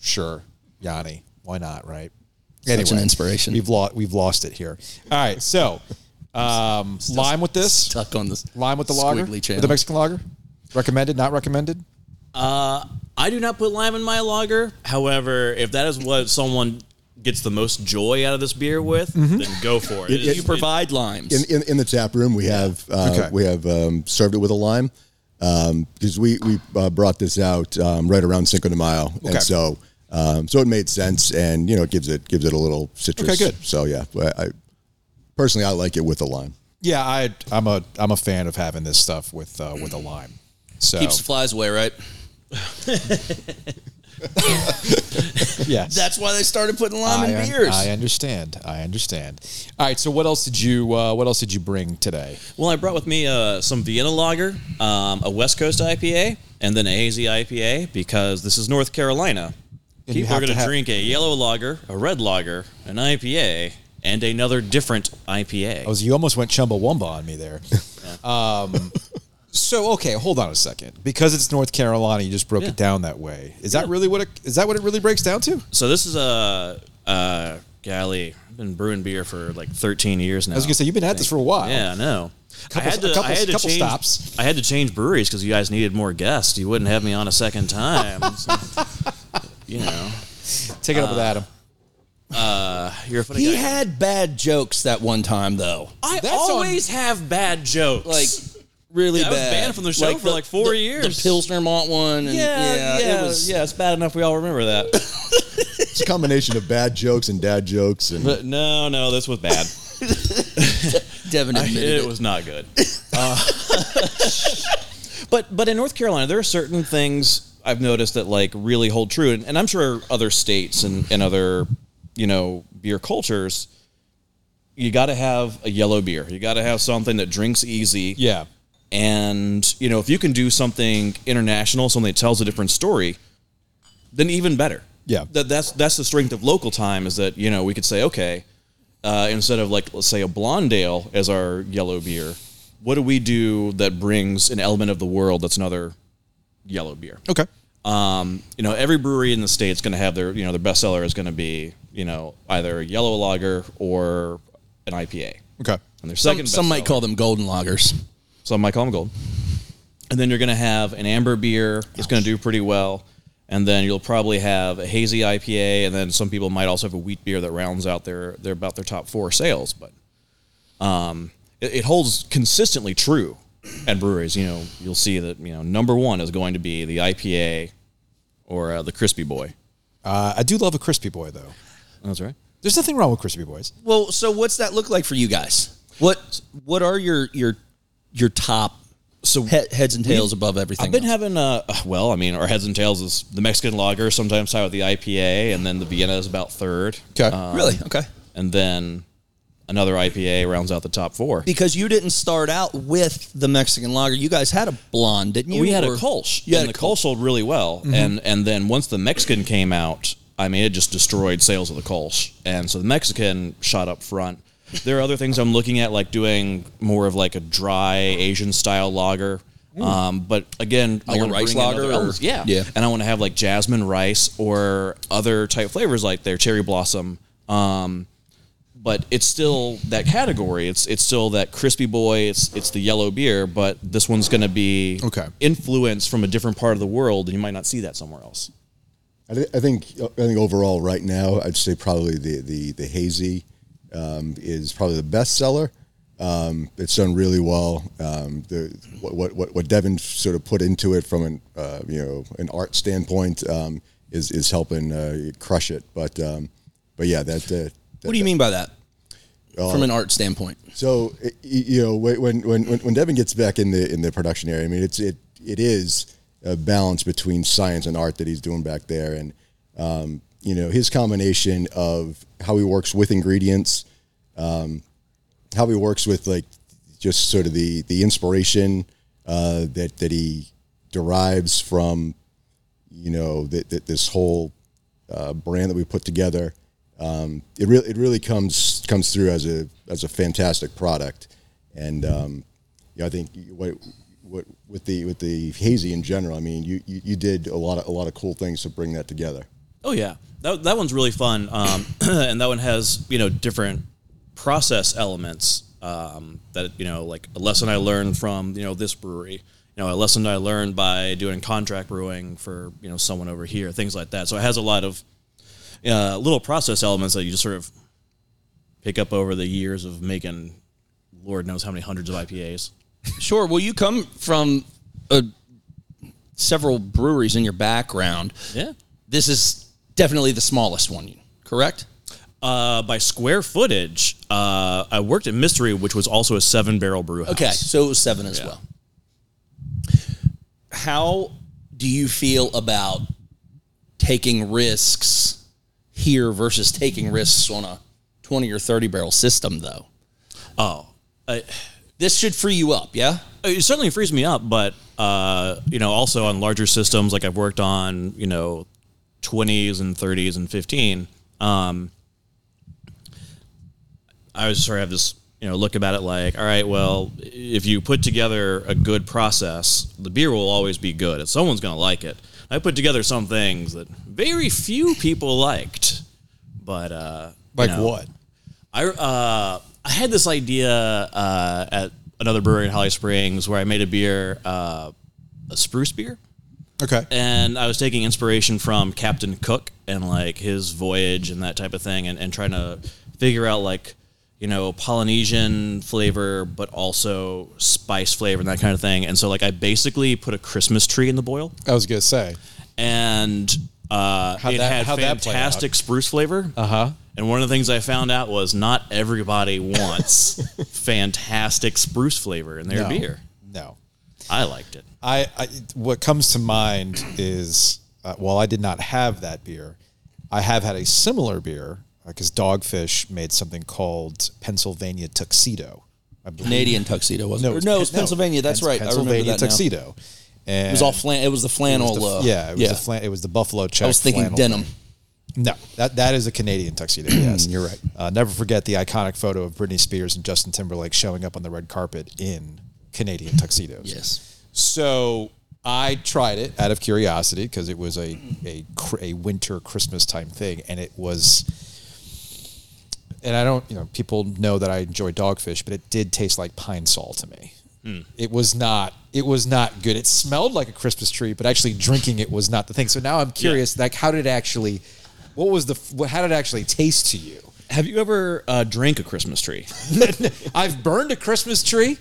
[SPEAKER 1] sure. Yanni, why not? Right.
[SPEAKER 2] such an inspiration.
[SPEAKER 1] We've lost. We've lost it here. All right. So, um, lime with this.
[SPEAKER 2] stuck on this
[SPEAKER 1] Lime with the lager.
[SPEAKER 2] squiggly channel.
[SPEAKER 1] With the Mexican lager. Recommended. Not recommended.
[SPEAKER 5] I do not put lime in my lager. However, if that is what someone gets the most joy out of this beer with, then go for Mm-hmm. it.
[SPEAKER 4] it-
[SPEAKER 2] you provide limes.
[SPEAKER 4] in, in, in the tap room we have uh,
[SPEAKER 1] Okay.
[SPEAKER 4] we have um, served it with a lime because we we uh, brought this out um, right around Cinco de Mayo,
[SPEAKER 1] Okay.
[SPEAKER 4] and so um, so it made sense, and you know it gives it gives it a little citrus.
[SPEAKER 1] Okay, good.
[SPEAKER 4] So yeah, I, I personally I like it with a lime.
[SPEAKER 1] Yeah, I I'm a I'm a fan of having this stuff with uh, with a lime. So
[SPEAKER 2] Keeps the flies away, right?
[SPEAKER 1] yes,
[SPEAKER 2] That's why they started putting lime
[SPEAKER 1] I,
[SPEAKER 2] in
[SPEAKER 1] un-
[SPEAKER 2] beers.
[SPEAKER 1] I understand. I understand. All right. So what else did you uh, what else did you bring today?
[SPEAKER 5] Well, I brought with me uh, some Vienna lager, um, a West Coast IPA, and then a hazy IPA because this is North Carolina.
[SPEAKER 1] you
[SPEAKER 5] People
[SPEAKER 1] have
[SPEAKER 5] are
[SPEAKER 1] to
[SPEAKER 5] going to
[SPEAKER 1] have-
[SPEAKER 5] drink a yellow lager, a red lager, an IPA, and another different IPA.
[SPEAKER 1] I was Oh, you almost went Chumbawamba on me there. Um, so okay, hold on a second. Because it's North Carolina, you just broke
[SPEAKER 5] Yeah.
[SPEAKER 1] it down that way. Is that really what it is that what it really breaks down to?
[SPEAKER 5] so this is a uh, golly, I've been brewing beer for like 13 years now.
[SPEAKER 1] I was gonna say you've been at this for a while.
[SPEAKER 5] Yeah, I know.
[SPEAKER 1] Couple-
[SPEAKER 5] I had
[SPEAKER 1] a
[SPEAKER 5] to,
[SPEAKER 1] couple-
[SPEAKER 5] I had to
[SPEAKER 1] couple
[SPEAKER 5] change,
[SPEAKER 1] stops.
[SPEAKER 5] I had to change breweries because you guys needed more guests. You wouldn't have me on a second time. So, you know,
[SPEAKER 1] Take it up with
[SPEAKER 2] Ah.
[SPEAKER 1] Adam.
[SPEAKER 5] you're a funny
[SPEAKER 2] he
[SPEAKER 5] guy.
[SPEAKER 2] had bad jokes that one time though.
[SPEAKER 5] I
[SPEAKER 1] That's on-
[SPEAKER 5] always have bad jokes.
[SPEAKER 2] Like really
[SPEAKER 5] Yeah, I was
[SPEAKER 2] bad.
[SPEAKER 5] banned from the show for, like, four
[SPEAKER 2] the-
[SPEAKER 5] years.
[SPEAKER 2] The Pilsner Mont one. And,
[SPEAKER 5] yeah, yeah,
[SPEAKER 2] it was
[SPEAKER 5] yeah. It's bad enough we all remember that.
[SPEAKER 4] It's a combination of bad jokes and dad jokes, and
[SPEAKER 5] but no, no, this was bad.
[SPEAKER 2] Devin admitted it.
[SPEAKER 5] it Uh, was not good. but but in North Carolina, there are certain things I've noticed that like really hold true, and, and I'm sure other states and and other you know beer cultures. You got to have a yellow beer. You got to have something that drinks easy.
[SPEAKER 1] Yeah.
[SPEAKER 5] And you know, if you can do something international, something that tells a different story, then even better.
[SPEAKER 1] Yeah.
[SPEAKER 5] That that's that's the strength of local time is that you know we could say okay, uh, instead of like let's say a blonde ale as our yellow beer, what do we do that brings an element of the world that's another yellow beer?
[SPEAKER 1] Okay.
[SPEAKER 5] Um, you know, every brewery in the state's going to have their you know their bestseller is going to be you know either a yellow lager or an IPA.
[SPEAKER 1] Okay.
[SPEAKER 5] And their
[SPEAKER 2] some,
[SPEAKER 5] second
[SPEAKER 2] some might
[SPEAKER 5] bestseller-
[SPEAKER 2] call them golden loggers.
[SPEAKER 5] some might call them "Oh, gold. And then you're going to have an amber beer. It's going to do pretty well. And then you'll probably have a hazy IPA. And then some people might also have a wheat beer that rounds out their, their about their top four sales. But um, it- it, it holds consistently true at breweries. You know, you'll see that you know number one is going to be the IPA or uh, the Crispy Boy.
[SPEAKER 1] Uh, I do love a crispy boy though.
[SPEAKER 5] That's right.
[SPEAKER 1] There's nothing wrong with crispy boys.
[SPEAKER 2] Well, so what's that look like for you guys? What what are your your your top
[SPEAKER 5] So
[SPEAKER 2] he- heads and tails above everything?
[SPEAKER 5] I've been
[SPEAKER 2] else?
[SPEAKER 5] having uh well, I mean, our heads and tails is the Mexican lager sometimes tied with the IPA, and then the Vienna is about third. Um,
[SPEAKER 1] Okay.
[SPEAKER 2] really okay
[SPEAKER 5] and then another IPA rounds out the top four.
[SPEAKER 2] because you didn't start out with the Mexican lager. You guys had a blonde, didn't you?
[SPEAKER 5] we had a
[SPEAKER 2] Or-
[SPEAKER 5] Kolsch,
[SPEAKER 2] You had
[SPEAKER 5] and
[SPEAKER 2] a Mm-hmm.
[SPEAKER 5] the Kolsch sold really well. And and then once the Mexican came out, I mean, it just destroyed sales of the Kolsch. And so the Mexican shot up front. There are other things I'm looking at, like doing more of like a dry Asian style lager. Um, but again,
[SPEAKER 2] Like
[SPEAKER 5] I
[SPEAKER 2] a
[SPEAKER 5] want
[SPEAKER 2] rice lager or-
[SPEAKER 5] yeah,
[SPEAKER 2] Yeah.
[SPEAKER 5] and I want to have like jasmine rice or other type flavors like their cherry blossom. Um, but it's still that category. It's it's still that crispy boy. It's it's the yellow beer, but this one's going to be
[SPEAKER 1] Okay.
[SPEAKER 5] influenced from a different part of the world, and you might not see that somewhere else.
[SPEAKER 4] I, thi- I think I think overall right now I'd say probably the the the hazy um, is probably the best seller. Um, it's done really well. Um, the what- what what what Devin sort of put into it from an uh, you know an art standpoint um, is is helping uh, crush it. But um, but yeah, that. Uh,
[SPEAKER 2] What do you mean by that? From an art standpoint,
[SPEAKER 4] So y- y- you know when when when when Devin gets back in the in the production area, I mean it's it it is a balance between science and art that he's doing back there, and um, you know his combination of how he works with ingredients, um, how he works with like just sort of the the inspiration uh, that that he derives from you know that th- this whole uh, brand that we put together um, it really it really comes comes through as a as a fantastic product and um, you know I think what what with the with the hazy in general I mean you, you you did a lot of a lot of cool things to bring that together
[SPEAKER 5] Oh yeah, that that one's really fun, um, and that one has you know different process elements um, that you know like a lesson I learned from you know this brewery, you know a lesson I learned by doing contract brewing for you know someone over here, things like that. So it has a lot of uh, little process elements that you just sort of pick up over the years of making, Lord knows how many hundreds of IPAs.
[SPEAKER 2] sure. Well, you come from uh several breweries in your background.
[SPEAKER 5] Yeah.
[SPEAKER 2] This is definitely the smallest one, correct?
[SPEAKER 5] Uh, by square footage, uh, I worked at Mystery, which was also a seven barrel brew house.
[SPEAKER 2] Okay, so it was seven as well. How do you feel about taking risks here versus taking risks on a 20 or 30 barrel system, though?
[SPEAKER 5] Oh, I,
[SPEAKER 2] This should free you up, yeah?
[SPEAKER 5] it certainly frees me up but uh, you know also on larger systems like i've worked on you know 20s and 30s and 15 um, i was sort of have this you know look about it like all right well if you put together a good process the beer will always be good and someone's going to like it i put together some things that very few people liked but uh
[SPEAKER 1] Like
[SPEAKER 5] you know,
[SPEAKER 1] what?
[SPEAKER 5] I uh, I had this idea uh, at another brewery in Holly Springs where I made a beer, uh, a spruce beer,
[SPEAKER 1] Okay.
[SPEAKER 5] and I was taking inspiration from Captain Cook and like his voyage and that type of thing, and, and trying to figure out like you know Polynesian flavor, but also spice flavor and that kind of thing. And so like I basically put a Christmas tree in the boil
[SPEAKER 1] I was gonna say.
[SPEAKER 5] and uh,
[SPEAKER 1] How'd
[SPEAKER 5] it
[SPEAKER 1] that-
[SPEAKER 5] had
[SPEAKER 1] how'd that play
[SPEAKER 5] fantastic spruce flavor. Uh huh. And one of the things I found out was not everybody wants fantastic spruce flavor in their
[SPEAKER 1] No.
[SPEAKER 5] beer.
[SPEAKER 1] No.
[SPEAKER 5] I liked it.
[SPEAKER 1] I, I what comes to mind is uh, while I did not have that beer, I have had a similar beer because Dogfish made something called Pennsylvania Tuxedo. I believe.
[SPEAKER 2] Canadian tuxedo, wasn't
[SPEAKER 1] it's
[SPEAKER 2] it? No,
[SPEAKER 1] Pen-
[SPEAKER 2] it was Pennsylvania. That's
[SPEAKER 1] Pens-
[SPEAKER 2] right. I remember
[SPEAKER 1] Pennsylvania
[SPEAKER 2] that now.
[SPEAKER 1] Tuxedo. And
[SPEAKER 2] It was all flan. It was the flannel. uh,
[SPEAKER 1] yeah, it was the flan- it was the buffalo check.
[SPEAKER 2] I was thinking
[SPEAKER 1] flannel.
[SPEAKER 2] denim.
[SPEAKER 1] No, that that is a Canadian tuxedo. Yes, you're right. Uh, never forget the iconic photo of Britney Spears and Justin Timberlake showing up on the red carpet in Canadian tuxedos.
[SPEAKER 2] Yes.
[SPEAKER 1] So I tried it out of curiosity because it was a a cr- a winter Christmas time thing, and it was. And I don't, you know, people know that I enjoy dogfish, but it did taste like pine sol to me. It was not. It was not good. It smelled like a Christmas tree, but actually drinking it was not the thing. So now I'm curious, like, how did it actually? What was the? What, how did it actually taste to you?
[SPEAKER 5] Have you ever uh, drank a Christmas tree?
[SPEAKER 1] I've burned a Christmas tree,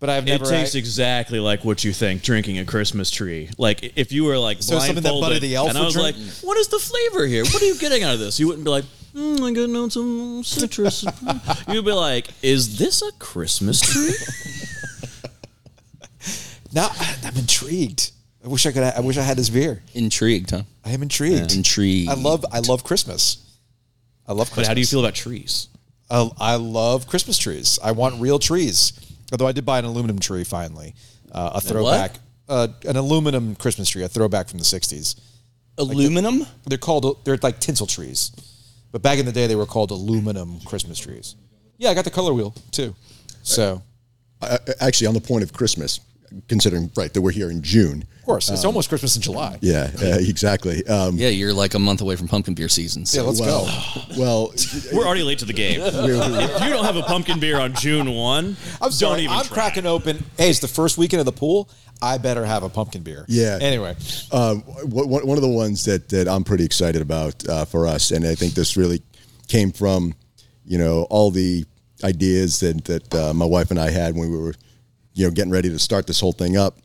[SPEAKER 1] but I've
[SPEAKER 5] It
[SPEAKER 1] never.
[SPEAKER 5] tastes
[SPEAKER 1] act-
[SPEAKER 5] exactly like what you think drinking a Christmas tree. Like i- if you were like
[SPEAKER 1] So it's something
[SPEAKER 5] blindfolded,
[SPEAKER 1] that Buddy the Elf
[SPEAKER 5] and I
[SPEAKER 1] would
[SPEAKER 5] was
[SPEAKER 1] drink?
[SPEAKER 5] like, "What is the flavor here? What are you getting out of this?" You wouldn't be like, mm, "I got notes some citrus." You'd be like, "Is this a Christmas tree?"
[SPEAKER 1] now I'm intrigued. I wish I could. I wish I had this beer.
[SPEAKER 2] Intrigued, huh?
[SPEAKER 1] I am intrigued.
[SPEAKER 2] Intrigued.
[SPEAKER 1] I love. I love Christmas. I love Christmas.
[SPEAKER 5] but how do you feel about trees?
[SPEAKER 1] I, I love Christmas trees. I want real trees. Although I did buy an aluminum tree finally, uh, a throwback, uh, an aluminum Christmas tree, a throwback from the '60s.
[SPEAKER 2] aluminum.
[SPEAKER 1] They're called. They're like tinsel trees, but back in the day they were called aluminum Christmas trees. Yeah, I got the color wheel too. So
[SPEAKER 4] Uh, actually, on the point of Christmas, considering right that we're here in June.
[SPEAKER 1] of course it's almost Christmas in July.
[SPEAKER 4] Uh, Yeah, uh, exactly. Um,
[SPEAKER 2] yeah, you're like a month away from pumpkin beer season.
[SPEAKER 1] Yeah,
[SPEAKER 2] So.
[SPEAKER 1] let's
[SPEAKER 4] well,
[SPEAKER 1] go.
[SPEAKER 4] well,
[SPEAKER 5] We're already late to the game. if
[SPEAKER 4] we're- we're-
[SPEAKER 5] you don't have a pumpkin beer on June one,
[SPEAKER 1] I'm sorry.
[SPEAKER 5] don't even
[SPEAKER 1] I'm
[SPEAKER 5] try.
[SPEAKER 1] cracking open. Hey, it's the first weekend of the pool. I better have a pumpkin beer.
[SPEAKER 4] Yeah.
[SPEAKER 1] Anyway,
[SPEAKER 4] um, wh- wh- one of the ones that, that I'm pretty excited about uh, for us, and I think this really came from, you know, all the ideas that, that uh, my wife and I had when we were, you know, getting ready to start this whole thing up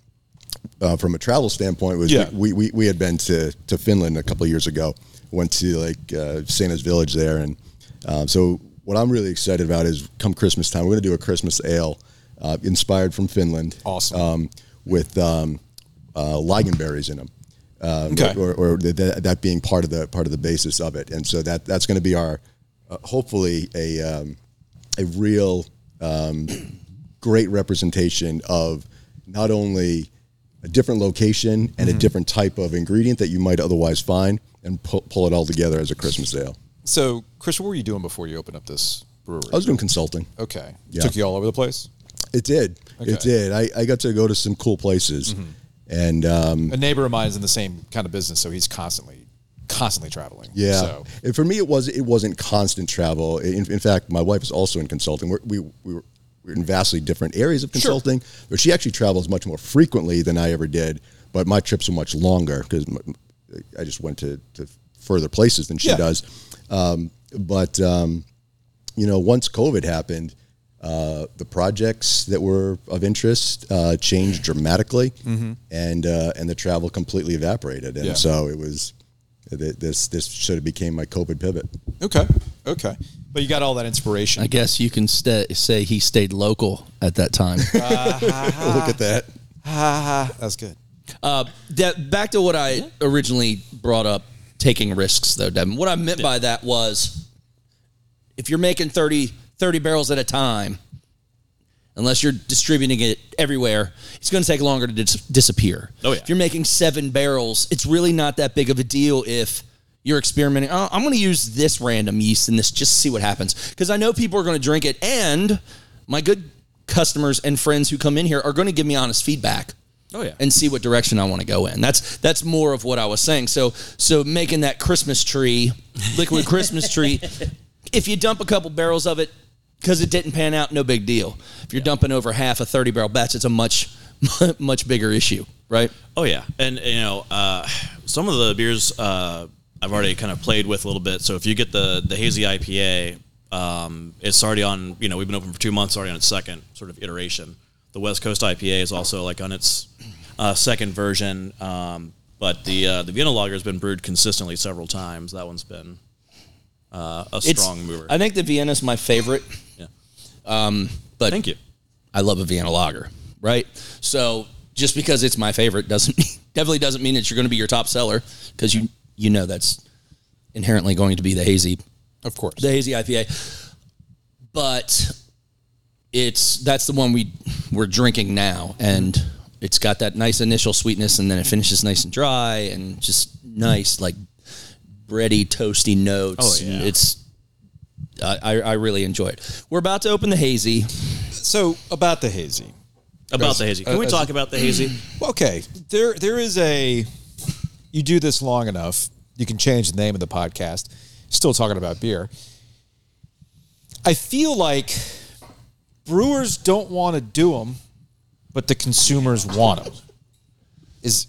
[SPEAKER 4] uh, from a travel standpoint was
[SPEAKER 1] Yeah.
[SPEAKER 4] we, we, we had been to, to Finland a couple of years ago, went to like uh, Santa's village there. And um, so what I'm really excited about is come Christmas time, we're going to do a Christmas ale uh, inspired from Finland.
[SPEAKER 1] Awesome.
[SPEAKER 4] Um, with um, uh, ligonberries in them. Um,
[SPEAKER 1] Okay.
[SPEAKER 4] Or, or th- th- that being part of the part of the basis of it, and so that that's going to be our uh, hopefully a um, a real um, great representation of not only a different location and
[SPEAKER 1] Mm-hmm.
[SPEAKER 4] a different type of ingredient that you might otherwise find, and pull, pull it all together as a Christmas ale.
[SPEAKER 1] so Chris, what were you doing before you opened up this brewery?
[SPEAKER 4] I was doing consulting.
[SPEAKER 1] Okay.
[SPEAKER 4] Yeah.
[SPEAKER 1] Took you all over the place.
[SPEAKER 4] It did.
[SPEAKER 1] Okay. Mm-hmm.
[SPEAKER 4] It did. I, I got to go to some cool places, and um,
[SPEAKER 1] A neighbor of mine is in the same kind of business, so he's constantly, constantly traveling.
[SPEAKER 4] Yeah,
[SPEAKER 1] So
[SPEAKER 4] and for me, it was it wasn't constant travel. In, in fact, my wife is also in consulting. We're, we we were we're in vastly different areas of consulting, but she actually travels much more frequently than I ever did. But my trips are much longer because I just went to, to further places than she
[SPEAKER 1] Yeah.
[SPEAKER 4] does. Um, but um, you know, once COVID happened, uh, the projects that were of interest uh, changed dramatically, and uh, and the travel completely evaporated. And
[SPEAKER 1] Yeah.
[SPEAKER 4] so it was th- this this sort of became my COVID pivot.
[SPEAKER 1] okay, okay, but you got all that inspiration.
[SPEAKER 2] I guess you can sta say he stayed local at that time.
[SPEAKER 4] Look at that.
[SPEAKER 1] Ah, that's good.
[SPEAKER 2] Uh, De- back to what I originally brought up, taking risks, though, Devin. What I meant by that was if you're making 30, 30 barrels at a time, unless you're distributing it everywhere, it's going to take longer to dis- disappear.
[SPEAKER 5] Oh, yeah.
[SPEAKER 2] If you're making seven barrels, it's really not that big of a deal if you're experimenting. Oh, I'm going to use this random yeast in this just to see what happens. Because I know people are going to drink it. And my good customers and friends who come in here are going to give me honest feedback
[SPEAKER 5] Oh, yeah.
[SPEAKER 2] and see what direction I want to go in. That's that's more of what I was saying. So so making that Christmas tree, liquid Christmas tree, if you dump a couple barrels of it because it didn't pan out, no big deal. If you're dumping over half a 30 barrel batch, it's a much much bigger issue, right?
[SPEAKER 5] Oh yeah, and you know, uh, some of the beers uh, I've already kind of played with a little bit. So if you get the the hazy IPA, um, it's already on. You know, we've been open for two months, already on its second sort of iteration. The West Coast IPA is also like on its uh, second version, um, but the uh, the Vienna Lager has been brewed consistently several times. That one's been uh, a
[SPEAKER 2] It's-
[SPEAKER 5] strong mover.
[SPEAKER 2] I think the Vienna's my favorite,
[SPEAKER 5] yeah.
[SPEAKER 2] but
[SPEAKER 5] Thank you.
[SPEAKER 2] I love a Vienna lager, right? So just because it's my favorite doesn't definitely doesn't mean that you're going to be your top seller because you you know that's inherently going to be the hazy
[SPEAKER 1] Of course.
[SPEAKER 2] the hazy IPA. But it's that's the one we we're drinking now, and it's got that nice initial sweetness, and then it finishes nice and dry, and just nice like bready, toasty notes.
[SPEAKER 5] Oh, yeah.
[SPEAKER 2] And It's I, I I really enjoy it. We're about to open the hazy.
[SPEAKER 1] so about the hazy.
[SPEAKER 5] About the hazy, can we
[SPEAKER 1] as-
[SPEAKER 5] talk about the hazy?
[SPEAKER 1] Okay, there there is a. You do this long enough, you can change the name of the podcast. Still talking about beer. I feel like brewers don't want to do them, but the consumers want them. Is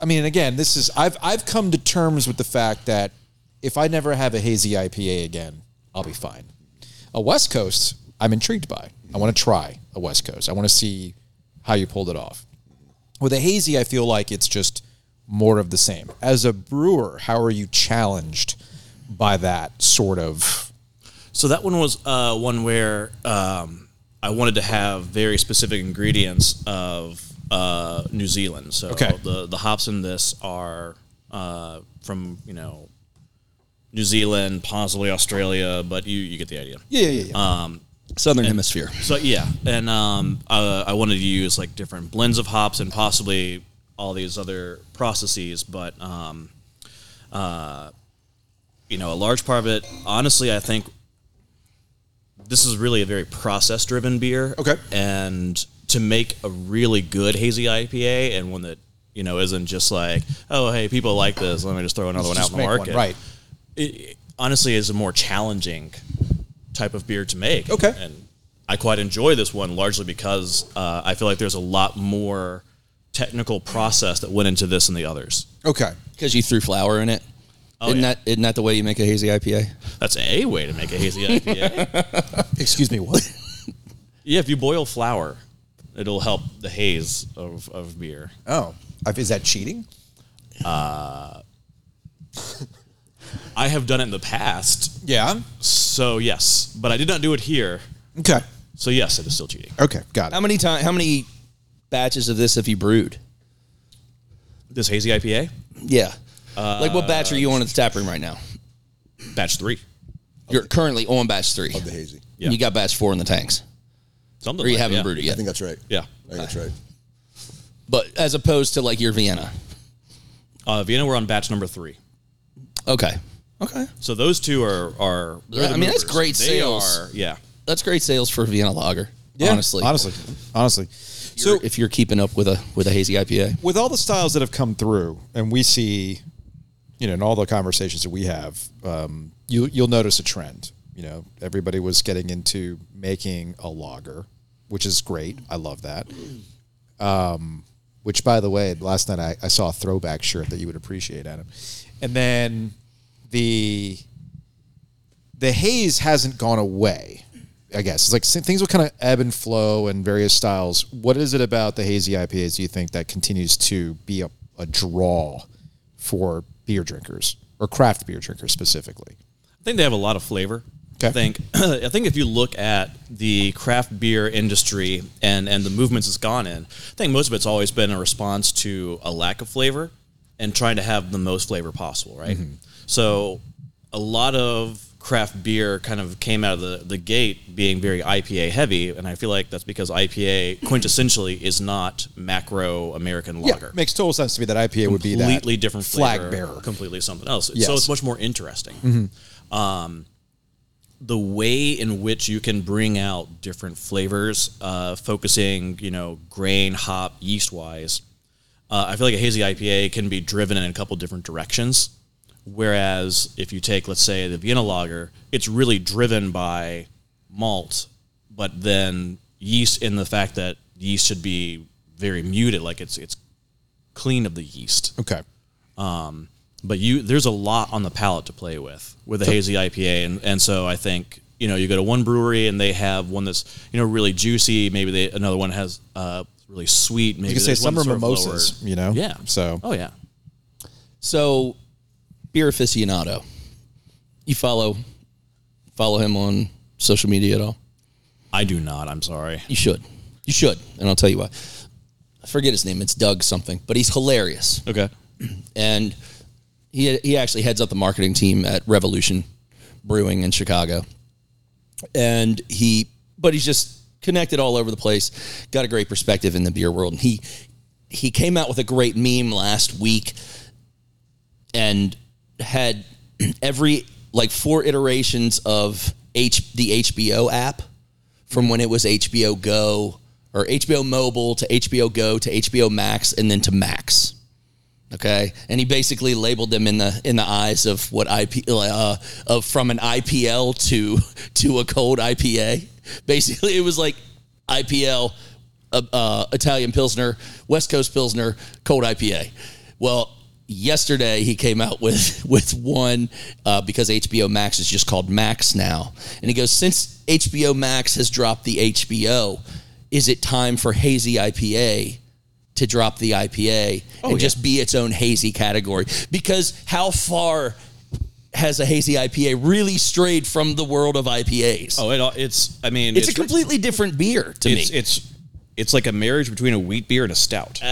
[SPEAKER 1] I mean, again, this is I've I've come to terms with the fact that if I never have a hazy IPA again, I'll be fine. A West Coast, I'm intrigued by. I want to try a West Coast. I want to see how you pulled it off. With a hazy, I feel like it's just more of the same. As a brewer, how are you challenged by that sort of?
[SPEAKER 5] So that one was uh, one where um, I wanted to have very specific ingredients of uh, New Zealand. So
[SPEAKER 1] Okay.
[SPEAKER 5] the the hops in this are uh, from you know New Zealand, possibly Australia, but you you get the idea.
[SPEAKER 1] Yeah, yeah, yeah.
[SPEAKER 2] Southern Hemisphere.
[SPEAKER 5] So yeah, and um, uh, I wanted to use like different blends of hops and possibly all these other processes, but um, uh, you know, a large part of it, honestly, I think this is really a very process-driven beer.
[SPEAKER 1] Okay.
[SPEAKER 5] and to make a really good hazy IPA and one that you know isn't just like, oh hey, people like this, let me just throw another one out
[SPEAKER 1] Just
[SPEAKER 5] in the
[SPEAKER 1] make one,
[SPEAKER 5] market.
[SPEAKER 1] right.
[SPEAKER 5] It- it honestly is a more challenging type of beer to make.
[SPEAKER 1] Okay.
[SPEAKER 5] And I quite enjoy this one largely because uh, I feel like there's a lot more technical process that went into this and the others.
[SPEAKER 1] Okay.
[SPEAKER 2] Because you threw flour in it. isn't,
[SPEAKER 5] yeah.
[SPEAKER 2] that, isn't that the way you make a hazy IPA?
[SPEAKER 5] That's a way to make a hazy IPA.
[SPEAKER 1] Excuse me. What?
[SPEAKER 5] yeah, if you boil flour, it'll help the haze of, of beer.
[SPEAKER 1] Oh, I've- is that cheating?
[SPEAKER 5] I have done it in the past,
[SPEAKER 1] Yeah.
[SPEAKER 5] so yes, but I did not do it here.
[SPEAKER 1] Okay.
[SPEAKER 5] So yes, it is still cheating.
[SPEAKER 1] Okay. Got it.
[SPEAKER 2] How many time, How many batches of this have you brewed?
[SPEAKER 5] This hazy IPA,
[SPEAKER 2] Yeah. like what batch are you on at the tap room right now?
[SPEAKER 5] batch three,
[SPEAKER 2] You're currently on batch three.
[SPEAKER 4] The hazy.
[SPEAKER 5] Yeah.
[SPEAKER 2] You got batch four in the tanks,
[SPEAKER 5] something.
[SPEAKER 2] or you
[SPEAKER 5] like-
[SPEAKER 2] haven't
[SPEAKER 5] yeah.
[SPEAKER 2] brewed it
[SPEAKER 4] I
[SPEAKER 2] yet.
[SPEAKER 4] think that's right.
[SPEAKER 5] Yeah,
[SPEAKER 4] I think that's right.
[SPEAKER 2] But as opposed to like your Vienna.
[SPEAKER 5] uh, Vienna. We're on batch number three.
[SPEAKER 2] Okay. Okay.
[SPEAKER 5] So those two are are. they're the
[SPEAKER 2] I mean, that's
[SPEAKER 5] movers.
[SPEAKER 2] great
[SPEAKER 5] They
[SPEAKER 2] sales.
[SPEAKER 5] are- yeah.
[SPEAKER 2] That's great sales for Vienna lager.
[SPEAKER 1] Yeah,
[SPEAKER 2] honestly,
[SPEAKER 1] honestly, honestly.
[SPEAKER 2] So
[SPEAKER 1] So,
[SPEAKER 2] if you're keeping up with a with a hazy IPA,
[SPEAKER 1] with all the styles that have come through, and we see, you know, in all the conversations that we have, um, you you'll notice a trend. You know, everybody was getting into making a lager, which is great. I love that. Um, which, by the way, last night I, I saw a throwback shirt that you would appreciate, Adam. And then the the haze hasn't gone away. I guess it's like s- things will kind of ebb and flow and various styles. What is it about the hazy IPAs do you think that continues to be a, a draw for beer drinkers or craft beer drinkers specifically?
[SPEAKER 5] I think they have a lot of flavor.
[SPEAKER 1] Okay.
[SPEAKER 5] I think I think if you look at the craft beer industry and and the movements it's gone in, I think most of it's always been a response to a lack of flavor and trying to have the most flavor possible, right?
[SPEAKER 2] Mm-hmm.
[SPEAKER 5] So a lot of craft beer kind of came out of the, the gate being very IPA heavy, and I feel like that's because IPA quintessentially is not macro American lager
[SPEAKER 1] makes total sense to me that IPA would be that
[SPEAKER 5] completely different
[SPEAKER 1] flag
[SPEAKER 5] flavor,
[SPEAKER 1] bearer.
[SPEAKER 5] completely something else.
[SPEAKER 1] Yes. Mm-hmm.
[SPEAKER 5] So it's much more interesting. Um, the way in which you can bring out different flavors, uh, focusing you know grain, hop, yeast wise, uh, I feel like a hazy IPA can be driven in a couple different directions. Whereas if you take, let's say, the Vienna lager, it's really driven by malt, but then yeast in the fact that yeast should be very muted, like it's it's clean of the yeast
[SPEAKER 1] Okay,
[SPEAKER 5] but you there's a lot on the palate to play with with a hazy IPA, and and so I think you know you go to one brewery and they have one that's you know really juicy, maybe they another one has uh really sweet, maybe
[SPEAKER 1] you could say
[SPEAKER 5] there's one
[SPEAKER 1] some are
[SPEAKER 5] sort of
[SPEAKER 1] mimosas.
[SPEAKER 5] lower.
[SPEAKER 1] You know,
[SPEAKER 5] yeah.
[SPEAKER 1] So
[SPEAKER 5] oh yeah,
[SPEAKER 2] so beer aficionado, you follow follow him on social media at all?
[SPEAKER 5] I do not. I'm sorry.
[SPEAKER 2] You should, you should, and I'll tell you why. I forget his name. It's Doug something, but he's hilarious,
[SPEAKER 5] Okay,
[SPEAKER 2] and he he actually heads up the marketing team at Revolution Brewing in Chicago, and he but he's just connected all over the place got a great perspective in the beer world and he he came out with a great meme last week and had every like four iterations of H, the HBO app from when it was HBO Go or HBO Mobile to HBO Go to HBO Max and then to Max. Okay, and he basically labeled them in the in the eyes of what IP uh, of from an IPL to to a cold IPA. Basically, it was like IPL, uh, uh, Italian Pilsner, West Coast Pilsner, cold IPA. Well, yesterday he came out with with one uh, because HBO Max is just called Max now, and he goes since HBO Max has dropped the HBO, is it time for hazy IPA? To drop the IPA
[SPEAKER 5] Oh,
[SPEAKER 2] and just be its own hazy category because how far has a hazy IPA really strayed from the world of IPAs?
[SPEAKER 5] Oh, it, all- it's. I mean,
[SPEAKER 2] it's, a completely different beer to
[SPEAKER 5] It's
[SPEAKER 2] me.
[SPEAKER 5] it's it's like a marriage between a wheat beer and a stout.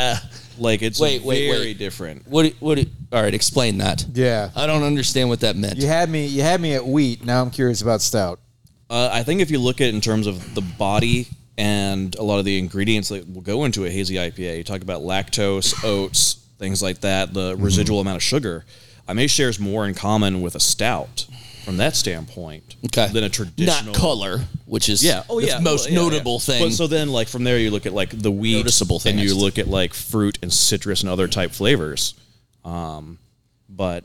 [SPEAKER 5] like it's
[SPEAKER 2] wait, wait,
[SPEAKER 5] very
[SPEAKER 2] wait.
[SPEAKER 5] different.
[SPEAKER 2] what? What? All right, explain that.
[SPEAKER 1] Yeah.
[SPEAKER 2] I don't understand what that meant.
[SPEAKER 1] You had me. You had me at wheat. Now I'm curious about stout.
[SPEAKER 5] Uh, I think if you look at it in terms of the body and a lot of the ingredients that will go into a hazy IPA, you talk about lactose, oats, things like that, the
[SPEAKER 2] Mm-hmm.
[SPEAKER 5] residual amount of sugar. I may shares more in common with a stout from that standpoint
[SPEAKER 2] Okay.
[SPEAKER 5] than a traditional
[SPEAKER 2] Not color, which is
[SPEAKER 5] Yeah. Oh,
[SPEAKER 2] the
[SPEAKER 5] yeah.
[SPEAKER 2] most
[SPEAKER 5] Well, yeah,
[SPEAKER 2] notable
[SPEAKER 5] yeah.
[SPEAKER 2] thing.
[SPEAKER 5] But so then, like from there, you look at like the wheat,
[SPEAKER 2] Noticeable thing,
[SPEAKER 5] and
[SPEAKER 2] I
[SPEAKER 5] you
[SPEAKER 2] should
[SPEAKER 5] look at like fruit and citrus and other type flavors. Um, but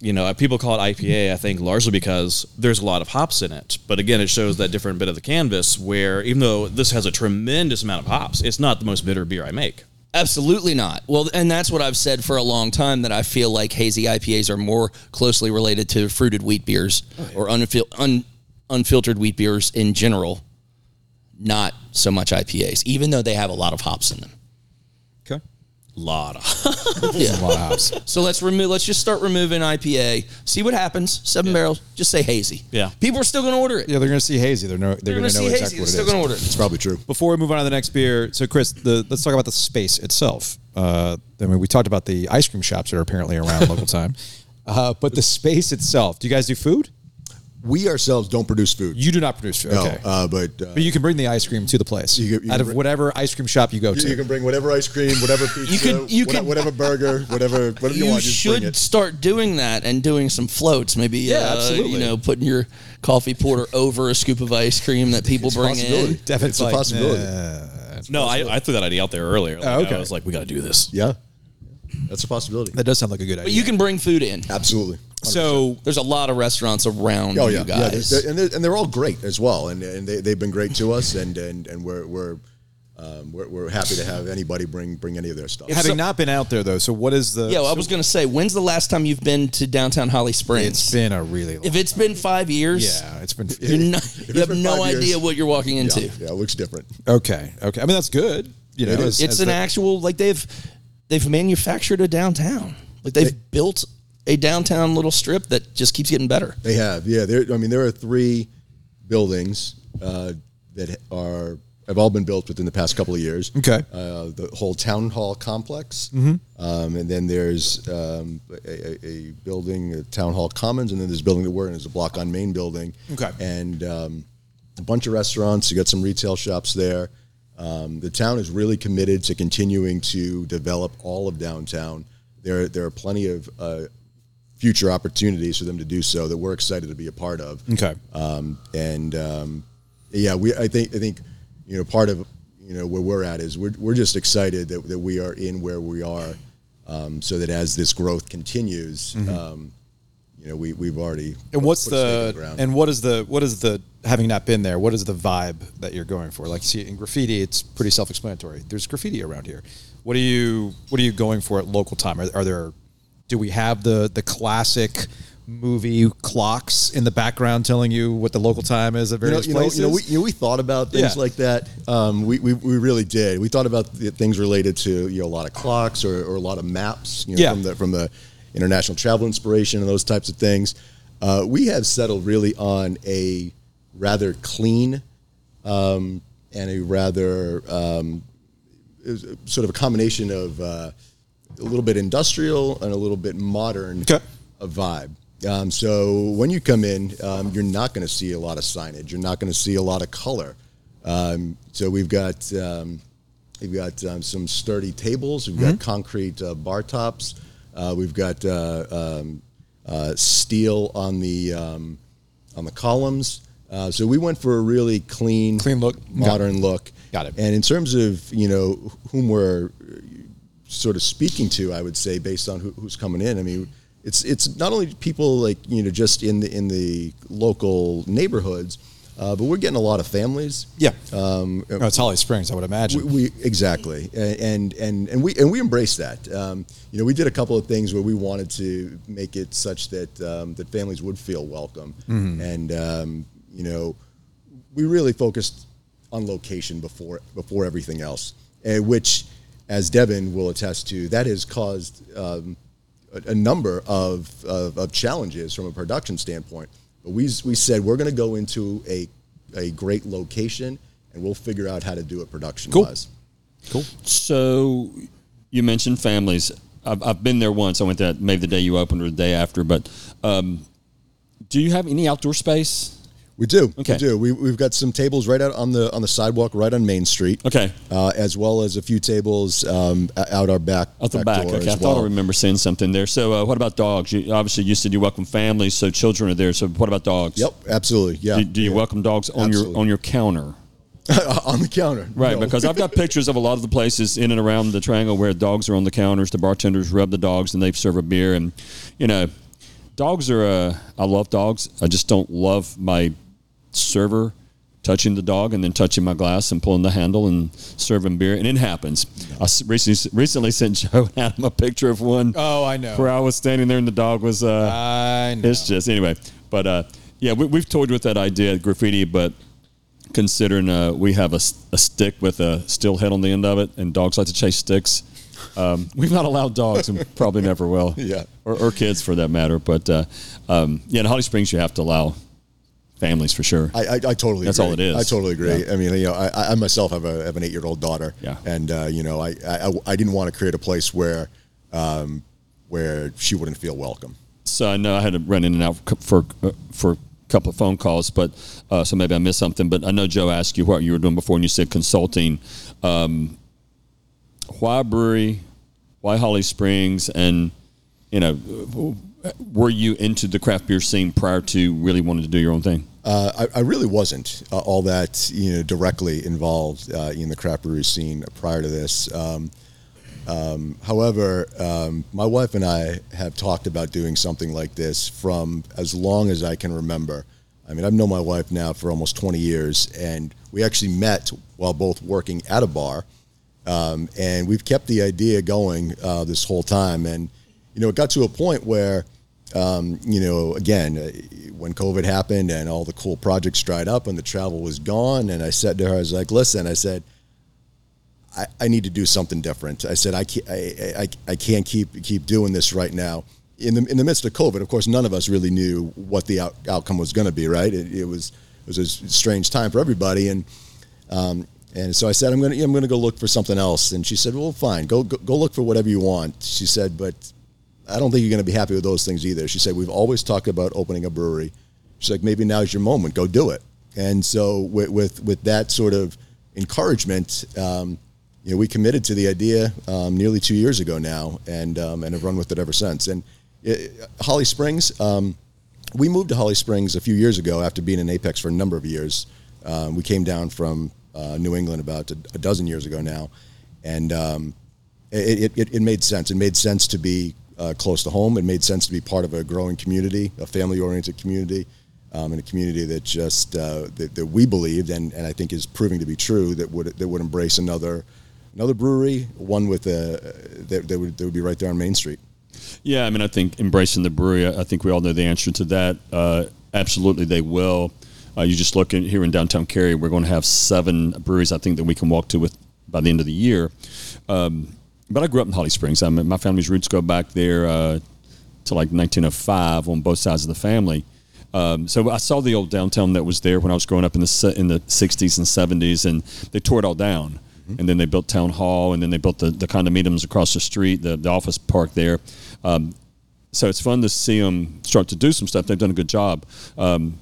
[SPEAKER 5] you know, people call it IPA. I think largely because there's a lot of hops in it. But again, it shows that different bit of the canvas where even though this has a tremendous amount of hops, it's not the most bitter beer I make.
[SPEAKER 2] Absolutely not. Well, and that's what I've said for a long time that I feel like hazy IPAs are more closely related to fruited wheat beers
[SPEAKER 1] Oh,
[SPEAKER 2] or unfil- un- unfiltered wheat beers in general, not so much IPAs, even though they have a lot of hops in them.
[SPEAKER 5] Okay, lot of
[SPEAKER 2] Yeah. So let's remove. Let's just start removing IPA. See what happens. Seven barrels. Just say hazy.
[SPEAKER 5] Yeah.
[SPEAKER 2] People are still going to order it.
[SPEAKER 1] Yeah, they're going to see hazy. They're, no, they're,
[SPEAKER 2] They're
[SPEAKER 1] going
[SPEAKER 2] gonna
[SPEAKER 1] to know
[SPEAKER 2] see
[SPEAKER 1] exactly
[SPEAKER 2] hazy.
[SPEAKER 1] what
[SPEAKER 2] They're
[SPEAKER 1] it
[SPEAKER 2] still
[SPEAKER 1] is.
[SPEAKER 2] going to order it.
[SPEAKER 4] It's probably true.
[SPEAKER 1] Before we move on to the next beer, so Chris, the, let's talk about the space itself. Uh, I mean, we talked about the ice cream shops that are apparently around local time, uh, but the space itself. Do you guys do food?
[SPEAKER 4] We ourselves don't produce food.
[SPEAKER 1] You do not produce food.
[SPEAKER 4] no,
[SPEAKER 1] okay.
[SPEAKER 4] uh, but, uh,
[SPEAKER 1] but you can bring the ice cream to the place
[SPEAKER 4] You can- you
[SPEAKER 1] out
[SPEAKER 4] can
[SPEAKER 1] of
[SPEAKER 4] bring-
[SPEAKER 1] whatever ice cream shop you go
[SPEAKER 4] you,
[SPEAKER 1] to.
[SPEAKER 4] you can bring whatever ice cream, whatever pizza,
[SPEAKER 2] could- you
[SPEAKER 4] whatever,
[SPEAKER 2] could-
[SPEAKER 4] whatever burger, whatever whatever you,
[SPEAKER 2] you
[SPEAKER 4] want. Just bring
[SPEAKER 2] should
[SPEAKER 4] it.
[SPEAKER 2] start doing that and doing some floats. Maybe, yeah,
[SPEAKER 4] absolutely.
[SPEAKER 2] You know, putting your coffee porter over a scoop of ice cream that people bring in.
[SPEAKER 1] Devin's
[SPEAKER 4] It's a
[SPEAKER 1] like,
[SPEAKER 4] possibility.
[SPEAKER 5] no, I, I threw that idea out there earlier. Like,
[SPEAKER 1] Oh, okay.
[SPEAKER 5] I was like, we got to do this.
[SPEAKER 4] Yeah, that's a possibility.
[SPEAKER 1] That does sound like a good idea.
[SPEAKER 2] But you can bring food in.
[SPEAKER 4] Absolutely.
[SPEAKER 1] so
[SPEAKER 2] There's a lot of restaurants around
[SPEAKER 4] Oh yeah,
[SPEAKER 2] you
[SPEAKER 4] yeah,
[SPEAKER 2] guys.
[SPEAKER 4] they're- and they're, and they're all great as well, and and they they've been great to us, and and and we're we're um, we're, we're happy to have anybody bring bring any of their stuff.
[SPEAKER 1] having not been out there though, so what is the?
[SPEAKER 2] yeah, well, I
[SPEAKER 1] so
[SPEAKER 2] was going to say, when's the last time you've been to downtown Holly Springs?
[SPEAKER 1] it's been a really. Long,
[SPEAKER 2] if it's been five years,
[SPEAKER 1] yeah, it's been.
[SPEAKER 2] you're not,
[SPEAKER 4] If
[SPEAKER 2] you
[SPEAKER 4] it's
[SPEAKER 2] have
[SPEAKER 4] been
[SPEAKER 2] no
[SPEAKER 4] five
[SPEAKER 2] idea
[SPEAKER 4] years-
[SPEAKER 2] what you're walking into.
[SPEAKER 4] yeah, yeah, it looks different.
[SPEAKER 1] okay, okay. I mean, that's good. You know,
[SPEAKER 4] It is.
[SPEAKER 1] as-
[SPEAKER 2] it's
[SPEAKER 1] as
[SPEAKER 2] an
[SPEAKER 1] the-
[SPEAKER 2] actual like they've they've manufactured a downtown. Like they've built a downtown little strip that just keeps getting better.
[SPEAKER 4] They have, yeah. There, I mean, there are three buildings uh, that are have all been built within the past couple of years.
[SPEAKER 1] Okay. Mm-hmm.
[SPEAKER 4] uh, the whole town hall complex, um, and then there's um, a, a, a building, a town hall commons, and then there's a building that we're in is a block on Main building.
[SPEAKER 1] Okay.
[SPEAKER 4] and um, a bunch of restaurants. You got some retail shops there. Um, the town is really committed to continuing to develop all of downtown. There, there are plenty of uh, future opportunities for them to do so that we're excited to be a part of.
[SPEAKER 1] Okay.
[SPEAKER 4] Um, and um, yeah, we I think I think you know part of you know where we're at is we're we're just excited that, that we are in where we are, um, so that as this growth continues, um, you know we we've already
[SPEAKER 1] And what's
[SPEAKER 4] put a stake in
[SPEAKER 1] the
[SPEAKER 4] ground.
[SPEAKER 1] and what is the what is the having not been there? What is the vibe that you're going for? Like, see, in graffiti, it's pretty self-explanatory. There's graffiti around here. What are you What are you going for at local time? Are, are there Do we have the the classic movie clocks in the background telling you what the local time is at
[SPEAKER 4] you know,
[SPEAKER 1] various
[SPEAKER 4] you know,
[SPEAKER 1] places?
[SPEAKER 4] you know, we, you know, we thought about things
[SPEAKER 1] Yeah.
[SPEAKER 4] like that. Um, we, we, we really did. We thought about the things related to you know a lot of clocks or, or a lot of maps. You know,
[SPEAKER 1] Yeah.
[SPEAKER 4] from the from the international travel inspiration and those types of things. Uh, we have settled really on a rather clean um, and a rather um, is sort of a combination of uh, a little bit industrial and a little bit modern
[SPEAKER 1] Okay.
[SPEAKER 4] a vibe. Um, so when you come in, um, you're not going to see a lot of signage. You're not going to see a lot of color. Um, so we've got um, we've got um, some sturdy tables. We've
[SPEAKER 1] Mm-hmm.
[SPEAKER 4] got concrete uh, bar tops. Uh, we've got uh, um, uh, steel on the um, on the columns. Uh, so we went for a really clean,
[SPEAKER 1] Clean look.
[SPEAKER 4] modern look.
[SPEAKER 1] Got it.
[SPEAKER 4] And in terms of you know whom we're sort of speaking to, I would say based on who, who's coming in. I mean, it's it's not only people like you know just in the in the local neighborhoods, Uh, but we're getting a lot of families.
[SPEAKER 1] Yeah.
[SPEAKER 4] Um,
[SPEAKER 1] no, oh, it's Holly Springs, I would imagine.
[SPEAKER 4] we, we exactly A- and and and we and we embrace that um, you know we did a couple of things where we wanted to make it such that um, that families would feel welcome and um, you know we really focused on location before before everything else eh, which as Devin will attest to that has caused um, a, a number of, of of challenges from a production standpoint but we s- we said we're going to go into a a great location and we'll figure out how to do it production wise.
[SPEAKER 3] So you mentioned families. I've, I've been there once. I went that maybe the day you opened or the day after. But um, do you have any outdoor space?
[SPEAKER 4] We do.
[SPEAKER 3] Okay.
[SPEAKER 4] We do. We, we've got some tables right out on the on the sidewalk, right on Main Street.
[SPEAKER 3] Okay.
[SPEAKER 4] Uh, as well as a few tables um, o- out our back.
[SPEAKER 3] Out the back.
[SPEAKER 4] door
[SPEAKER 3] Okay. I
[SPEAKER 4] as
[SPEAKER 3] thought I
[SPEAKER 4] well.
[SPEAKER 3] remember seeing something there. So uh, what about dogs? You, obviously, you said you welcome families, so children are there. So what about dogs?
[SPEAKER 4] Yep. Absolutely. Yeah.
[SPEAKER 3] Do, do you
[SPEAKER 4] Yeah.
[SPEAKER 3] welcome dogs on your
[SPEAKER 4] Absolutely.
[SPEAKER 3] on your counter?
[SPEAKER 4] on the counter?
[SPEAKER 3] Right,
[SPEAKER 4] No.
[SPEAKER 3] because I've got pictures of a lot of the places in and around the triangle where dogs are on the counters. The bartenders rub the dogs and they serve a beer. And, you know, dogs are, uh, I love dogs. I just don't love my server touching the dog and then touching my glass and pulling the handle and serving beer. And it happens. I s- recently, recently sent Joe and Adam a picture of one
[SPEAKER 1] Oh, I know.
[SPEAKER 3] where I was standing there and the dog was. Uh,
[SPEAKER 1] I know.
[SPEAKER 3] it's just anyway, but uh, yeah, we, we've toyed with that idea at graffiti, but considering uh, we have a, s- a stick with a steel head on the end of it, and dogs like to chase sticks, um, we've not allowed dogs, and probably never will.
[SPEAKER 4] Yeah.
[SPEAKER 3] or, or kids for that matter. But uh, um, yeah, in Holly Springs, you have to allow families for sure.
[SPEAKER 4] I, I, I totally.
[SPEAKER 3] That's
[SPEAKER 4] agree.
[SPEAKER 3] all it is.
[SPEAKER 4] I totally agree. I mean, you know, I- I, I myself have a have an eight year old daughter.
[SPEAKER 3] Yeah.
[SPEAKER 4] And uh, you know, I, I I didn't want to create a place where, um, where she wouldn't feel welcome.
[SPEAKER 3] So I know I had to run in and out for for, for a couple of phone calls, but uh, so maybe I missed something. But I know Joe asked you what you were doing before, and you said consulting. Um, why brewery? Why Holly Springs? And you know, were you into the craft beer scene prior to really wanting to do your own thing?
[SPEAKER 4] Uh, I, I really wasn't uh, all that you know directly involved uh, in the craft brewery scene prior to this. Um, um, however, um, my wife and I have talked about doing something like this from as long as I can remember. I mean, I've known my wife now for almost 20 years, and we actually met while both working at a bar Um, and we've kept the idea going uh, this whole time. And you know, it got to a point where, um, you know, again, uh, when COVID happened and all the cool projects dried up and the travel was gone, and I said to her, I was like, "Listen," I said. I, I need to do something different. I said I can't, I, I, I can't keep keep doing this right now. In the in the midst of COVID, of course, none of us really knew what the out, outcome was going to be. Right? It, it was it was a s- strange time for everybody, and um, and so I said I'm gonna I'm gonna go look for something else. And she said, Well, fine, go go, go look for whatever you want. She said, but I don't think you're going to be happy with those things either. She said, We've always talked about opening a brewery. She's like, Maybe now's your moment. Go do it. And so, with, with, with that sort of encouragement, um, you know, we committed to the idea um, nearly two years ago now and, um, and have run with it ever since. And it, Holly Springs, um, we moved to Holly Springs a few years ago after being in Apex for a number of years. Um, we came down from uh, New England about a, a dozen years ago now. And um, it, it- it, it made sense. It made sense to be uh, close to home. It made sense to be part of a growing community, a family oriented community, um, and a community that just uh, that, that we believed and, and I think is proving to be true that would that would embrace another another brewery, one with a that, that would that would be right there on Main Street.
[SPEAKER 3] Yeah, I mean, I think embracing the brewery. I I think we all know the answer to that. Uh, absolutely, they will. Uh, you just look in, here in downtown Cary. We're going to have seven breweries. I think that we can walk to with by the end of the year. Um, but I grew up in Holly Springs. I mean, my family's roots go back there uh, to like 1905 on both sides of the family. Um, so I saw the old downtown that was there when I was growing up in the se- in the 60s and 70s, and they tore it all down. And then they built town hall, and then they built the, the condominiums across the street, the, the office park there. Um, so it's fun to see them start to do some stuff. They've done a good job. Um,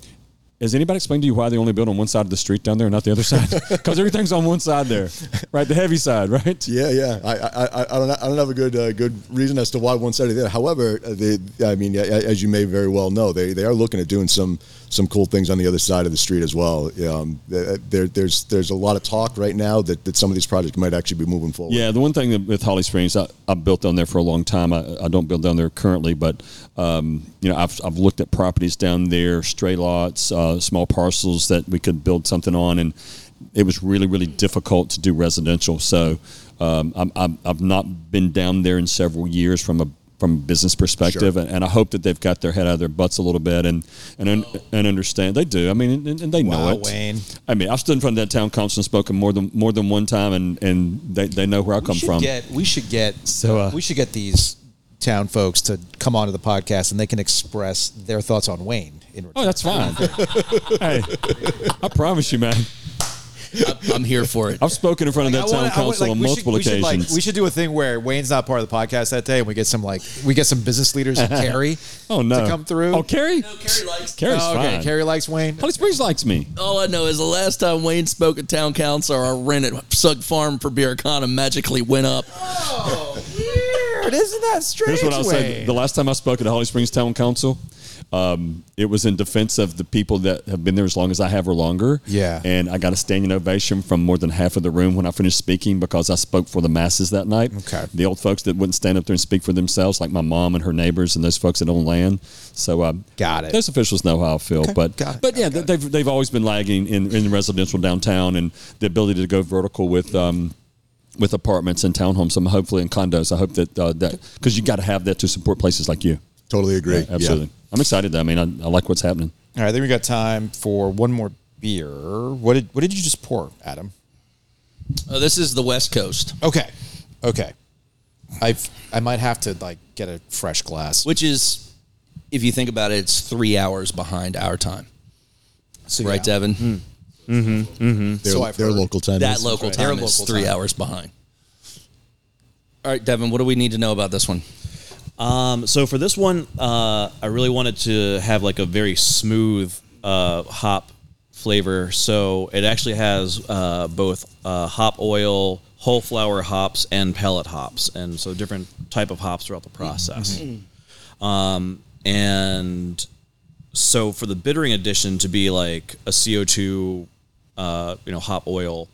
[SPEAKER 3] has anybody explained to you why they only built on one side of the street down there and not the other side? Because everything's on one side there, right? The heavy side, right?
[SPEAKER 4] Yeah, yeah. I, I, I- I don't I don't have a good uh, good reason as to why one side or the other. However, uh, the I mean, a- a- as you may very well know, they, they are looking at doing some some cool things on the other side of the street as well. Um, there there- there's there's a lot of talk right now that, that some of these projects might actually be moving forward.
[SPEAKER 3] Yeah, the one thing that with Holly Springs, I, I built down there for a long time. I, I don't build down there currently, but um, you know, I've, I've looked at properties down there, stray lots, uh, uh, small parcels that we could build something on, and it was really really difficult to do residential. So um, I'm, I'm, I've not been down there in several years from a from a business perspective, and, and I hope that they've got their head out of their butts a little bit and and un- and understand they do. I mean, and, and they know
[SPEAKER 1] Wow,
[SPEAKER 3] it.
[SPEAKER 1] Wayne.
[SPEAKER 3] I mean, I've stood in front of that town council and spoken more than more than one time, and and they, they know where I come
[SPEAKER 1] should
[SPEAKER 3] from.
[SPEAKER 1] Get, we should get
[SPEAKER 3] So, uh,
[SPEAKER 1] we should get these town folks to come onto the podcast and they can express their thoughts on Wayne. In
[SPEAKER 3] Oh, that's fine. hey, I promise you, man.
[SPEAKER 2] I'm- I'm here for it.
[SPEAKER 3] I've spoken in front of that town council on multiple
[SPEAKER 1] we
[SPEAKER 3] occasions.
[SPEAKER 1] Should, like, we should do a thing where Wayne's not part of the podcast that day, and we get some like we get some business leaders and Carrie.
[SPEAKER 3] oh no,
[SPEAKER 1] to come through.
[SPEAKER 3] Oh, Carrie,
[SPEAKER 2] No, Carrie likes-
[SPEAKER 3] Carrie's
[SPEAKER 1] Oh, okay,
[SPEAKER 3] fine.
[SPEAKER 1] Carrie likes Wayne.
[SPEAKER 3] Holly Springs likes me.
[SPEAKER 2] All I know is the last time Wayne spoke at town council, our rent at Sug Farm for Biracana magically went up. Uh,
[SPEAKER 1] Weird, isn't that strange?
[SPEAKER 3] Here's what I'll say:
[SPEAKER 1] Wayne?
[SPEAKER 3] the last time I spoke at the Holly Springs Town Council, um, it was in defense of the people that have been there as long as I have or longer.
[SPEAKER 1] Yeah.
[SPEAKER 3] and I got a standing ovation from more than half of the room when I finished speaking because I spoke for the masses that night.
[SPEAKER 1] Okay.
[SPEAKER 3] the old folks that wouldn't stand up there and speak for themselves, like my mom and her neighbors, and those folks that own land. So, um,
[SPEAKER 1] Got it.
[SPEAKER 3] Those officials know how I feel, but
[SPEAKER 1] got it,
[SPEAKER 3] but
[SPEAKER 1] got it,
[SPEAKER 3] yeah,
[SPEAKER 1] got it.
[SPEAKER 3] they've they've always been lagging in in residential downtown and the ability to go vertical with. Um, with apartments and townhomes, and hopefully in condos. I hope that uh, that because you got to have that to support places like you.
[SPEAKER 4] Totally agree. Yeah.
[SPEAKER 3] Absolutely, I'm excited. Though. I mean, I, I like what's happening.
[SPEAKER 1] All right, I think we got time for one more beer. What did what did you just pour, Adam?
[SPEAKER 2] Oh, this is the West Coast,
[SPEAKER 1] Okay, okay. I I might have to like get a fresh glass.
[SPEAKER 2] which is, if you think about it, it's three hours behind our time.
[SPEAKER 1] So,
[SPEAKER 2] Right,
[SPEAKER 1] yeah.
[SPEAKER 2] Devin?
[SPEAKER 4] Their,
[SPEAKER 1] So I've
[SPEAKER 4] their
[SPEAKER 1] heard.
[SPEAKER 4] local time.
[SPEAKER 2] That
[SPEAKER 4] is-
[SPEAKER 2] local
[SPEAKER 1] right.
[SPEAKER 2] time
[SPEAKER 1] Their
[SPEAKER 2] is
[SPEAKER 1] local
[SPEAKER 2] three
[SPEAKER 1] time.
[SPEAKER 2] hours behind. All right, Devin, what do we need to know about this one?
[SPEAKER 5] Um, so for this one, uh, I really wanted to have like a very smooth uh, hop flavor. So it actually has uh, both uh, hop oil, whole flower hops, and pellet hops, and so different type of hops throughout the process. Um, and so for the bittering addition to be like a CO2, uh, you know, hop oil,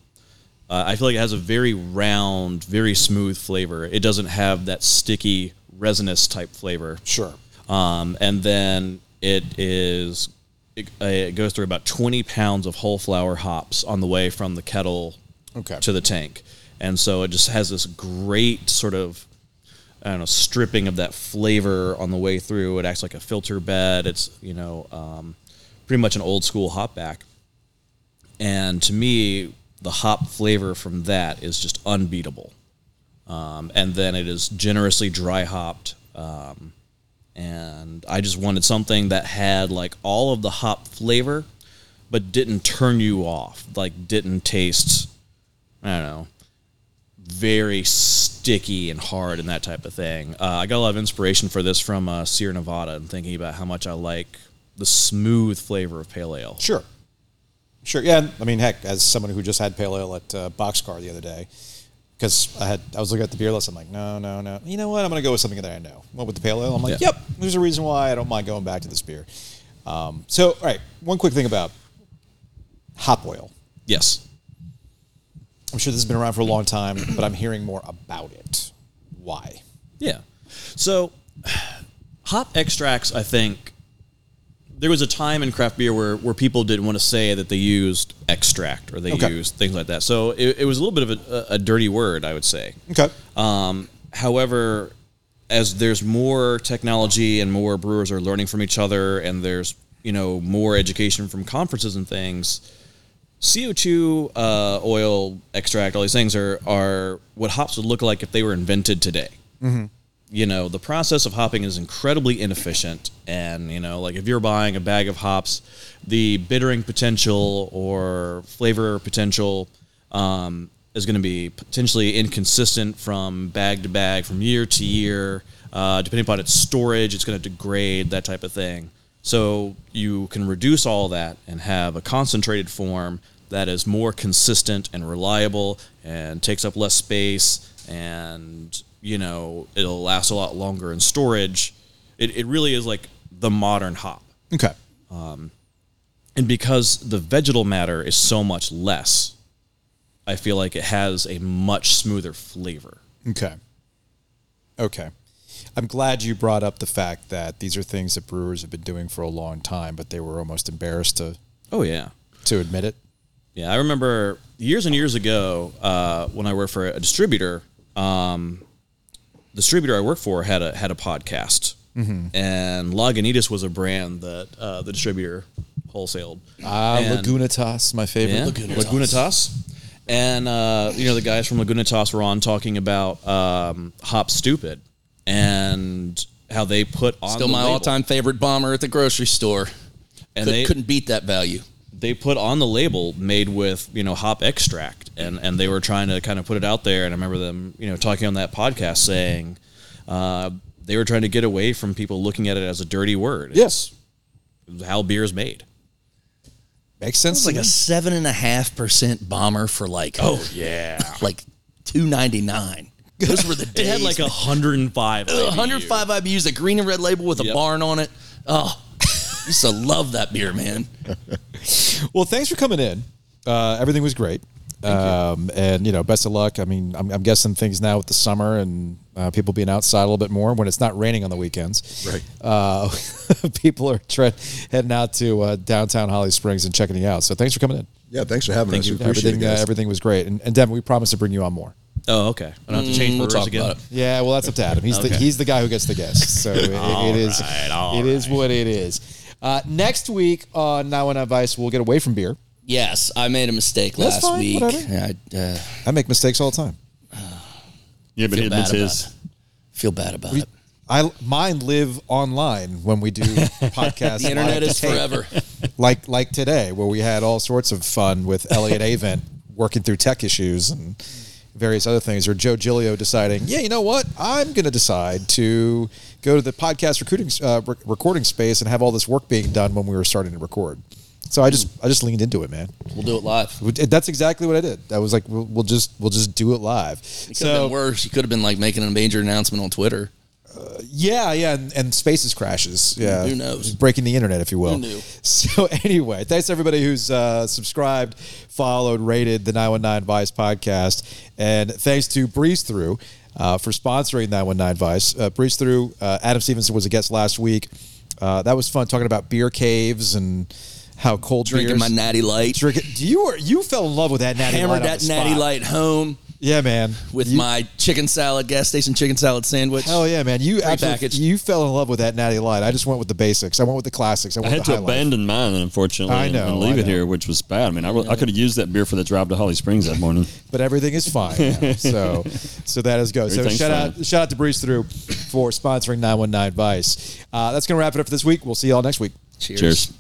[SPEAKER 5] uh, I feel like it has a very round, very smooth flavor. It doesn't have that sticky resinous type flavor.
[SPEAKER 1] Sure.
[SPEAKER 5] Um, and then it is it, uh, it goes through about 20 pounds of whole flower hops on the way from the kettle
[SPEAKER 1] Okay.
[SPEAKER 5] to the tank. And so it just has this great sort of I don't know stripping of that flavor on the way through. It acts like a filter bed. It's you know um, pretty much an old school hop back. And to me, the hop flavor from that is just unbeatable. Um, and then it is generously dry hopped. Um, and I just wanted something that had like all of the hop flavor, but didn't turn you off. Like didn't taste, I don't know, very sticky and hard and that type of thing. Uh, I got a lot of inspiration for this from uh, Sierra Nevada and thinking about how much I like the smooth flavor of pale ale.
[SPEAKER 1] Sure. Sure. Yeah. I mean, heck, as someone who just had pale ale at uh, Boxcar the other day, because I had I was looking at the beer list, I'm like, no, no, no. You know what? I'm going to go with something that I know. Went with the pale ale. I'm like,
[SPEAKER 5] Yeah.
[SPEAKER 1] yep. There's a reason why I don't mind going back to this beer. Um, so, all right. One quick thing about hop oil.
[SPEAKER 5] Yes.
[SPEAKER 1] I'm sure this has been around for a long time, but I'm hearing more about it. Why?
[SPEAKER 5] Yeah. So hop extracts, I think there was a time in craft beer where, where people didn't want to say that they used extract or they
[SPEAKER 1] Okay.
[SPEAKER 5] used things like that. So it, it was a little bit of a, a dirty word, I would say.
[SPEAKER 1] Okay.
[SPEAKER 5] Um, however, as there's more technology and more brewers are learning from each other, and there's you know more education from conferences and things, CO two uh, oil extract, all these things are are what hops would look like if they were invented today. You know, the process of hopping is incredibly inefficient, and you know, like if you're buying a bag of hops, the bittering potential or flavor potential um, is going to be potentially inconsistent from bag to bag, from year to year. Uh, depending upon its storage, it's going to degrade, that type of thing. So you can reduce all that and have a concentrated form that is more consistent and reliable and takes up less space and, you know, it'll last a lot longer in storage. It, it really is like the modern hop.
[SPEAKER 1] Okay.
[SPEAKER 5] And because the vegetal matter is so much less, I feel like it has a much smoother flavor.
[SPEAKER 1] Okay. Okay. I'm glad you brought up the fact that these are things that brewers have been doing for a long time, but they were almost embarrassed to
[SPEAKER 5] Oh yeah.
[SPEAKER 1] to admit it.
[SPEAKER 5] Yeah, I remember years and years ago uh, when I worked for a distributor. Um, the distributor I worked for had a had a podcast, and Lagunitas was a brand that uh, the distributor wholesaled.
[SPEAKER 1] Ah,
[SPEAKER 5] And-
[SPEAKER 1] Lagunitas, my favorite.
[SPEAKER 5] yeah,
[SPEAKER 1] Lagunitas.
[SPEAKER 5] Laguna Toss. And uh, you know the guys from Laguna Toss were on talking about um, Hop Stupid and how they put on
[SPEAKER 2] Still
[SPEAKER 5] the
[SPEAKER 2] my
[SPEAKER 5] label-
[SPEAKER 2] all-time favorite bomber at the grocery store.
[SPEAKER 5] and
[SPEAKER 2] Could,
[SPEAKER 5] they
[SPEAKER 2] couldn't beat that value.
[SPEAKER 5] they put on the label made with you know hop extract and and they were trying to kind of put it out there and i remember them you know talking on that podcast saying uh, they were trying to get away from people looking at it as a dirty word yes how beer is made
[SPEAKER 1] Makes sense.
[SPEAKER 2] It's like a seven and a half percent bomber for like oh
[SPEAKER 5] yeah
[SPEAKER 2] like two ninety nine. Those were the days.
[SPEAKER 5] it had like
[SPEAKER 2] man.
[SPEAKER 5] a 105
[SPEAKER 2] Ugh, 105 IBUs, a green and red label with a
[SPEAKER 5] Yep.
[SPEAKER 2] barn on it. Oh, I used to love that beer, man.
[SPEAKER 1] Well, thanks for coming in. Uh, everything was great. Um, and you know, best of luck. I mean, I'm, I'm guessing things now with the summer and uh, people being outside a little bit more when it's not raining on the weekends. Right. Uh, people are tre- heading out to uh, downtown Holly Springs and checking you out. So thanks for coming in.
[SPEAKER 4] Yeah, thanks for having us. We appreciate it,
[SPEAKER 1] Everything, uh,
[SPEAKER 4] guys.
[SPEAKER 1] everything was great. And, and Devin, we promised to bring you on more.
[SPEAKER 5] oh okay i don't have to change
[SPEAKER 2] Mm, we'll
[SPEAKER 5] brewers
[SPEAKER 2] talk
[SPEAKER 5] again
[SPEAKER 2] about it.
[SPEAKER 1] Yeah, well, that's up to Adam. He's the
[SPEAKER 5] Okay.
[SPEAKER 1] he's the guy who gets the guests. So it, it is
[SPEAKER 5] right, all
[SPEAKER 1] it is what it is. Uh, next week on Now and Vice, we'll get away from beer.
[SPEAKER 2] Yes, I made a mistake
[SPEAKER 1] That's
[SPEAKER 2] last
[SPEAKER 1] fine,
[SPEAKER 2] week.
[SPEAKER 1] whatever.
[SPEAKER 2] I uh,
[SPEAKER 1] I make mistakes all the time.
[SPEAKER 3] Yeah, but
[SPEAKER 2] Feel
[SPEAKER 3] it,
[SPEAKER 2] bad
[SPEAKER 3] that's
[SPEAKER 2] about
[SPEAKER 3] his.
[SPEAKER 2] it. feel bad about it.
[SPEAKER 1] I mine live online when we do podcasts.
[SPEAKER 2] The internet
[SPEAKER 1] live
[SPEAKER 2] is
[SPEAKER 1] to tape.
[SPEAKER 2] forever.
[SPEAKER 1] Like like today, where we had all sorts of fun with Elliot Avent working through tech issues and various other things, or Joe Gilio deciding, yeah, you know what, I'm going to decide to go to the podcast recruiting uh, rec- recording space and have all this work being done when we were starting to record. So I just I just leaned into it, man.
[SPEAKER 2] We'll do it live. It
[SPEAKER 1] That's exactly what I did. I was like, we'll, we'll just we'll just do it live.
[SPEAKER 2] could have
[SPEAKER 1] so
[SPEAKER 2] been worse. You could have been like making a major announcement on Twitter.
[SPEAKER 1] Yeah, yeah, and, and spaces crashes. Yeah,
[SPEAKER 2] Who knows?
[SPEAKER 1] Breaking the internet, if you will.
[SPEAKER 2] Who knew?
[SPEAKER 1] So anyway, thanks to everybody who's uh, subscribed, followed, rated the 919 Vice podcast, and thanks to Breeze Through uh, for sponsoring 919 Vice. Uh, Breeze Through. Uh, Adam Stevenson was a guest last week. Uh, that was fun talking about beer caves and how cold
[SPEAKER 2] Drinking
[SPEAKER 1] beers.
[SPEAKER 2] my natty light.
[SPEAKER 1] Drinking- you were you fell in love with that natty light.
[SPEAKER 2] hammered
[SPEAKER 1] on
[SPEAKER 2] that
[SPEAKER 1] the
[SPEAKER 2] natty
[SPEAKER 1] spot.
[SPEAKER 2] light home
[SPEAKER 1] Yeah, man.
[SPEAKER 2] with
[SPEAKER 1] You-
[SPEAKER 2] my chicken salad, gas station chicken salad sandwich.
[SPEAKER 1] Oh yeah, man! You absolutely,
[SPEAKER 2] Prepackaged.
[SPEAKER 1] you fell in love with that natty light. I just went with the basics. I went with the classics. I
[SPEAKER 3] I
[SPEAKER 1] went
[SPEAKER 3] had
[SPEAKER 1] with
[SPEAKER 3] to
[SPEAKER 1] the highlight.
[SPEAKER 3] abandon mine, unfortunately,
[SPEAKER 1] I
[SPEAKER 3] and-
[SPEAKER 1] know,
[SPEAKER 3] and leave
[SPEAKER 1] I
[SPEAKER 3] it
[SPEAKER 1] know.
[SPEAKER 3] here, which was bad. I mean, I, re- I could have used that beer for the drive to Holly Springs that morning.
[SPEAKER 1] but everything is fine. now. so, so that is go. So
[SPEAKER 3] Everything's
[SPEAKER 1] shout
[SPEAKER 3] fine.
[SPEAKER 1] out, shout out to Breeze Through for sponsoring 919 Vice. Uh, that's going to wrap it up for this week. We'll see y'all next week.
[SPEAKER 2] Cheers.
[SPEAKER 3] Cheers.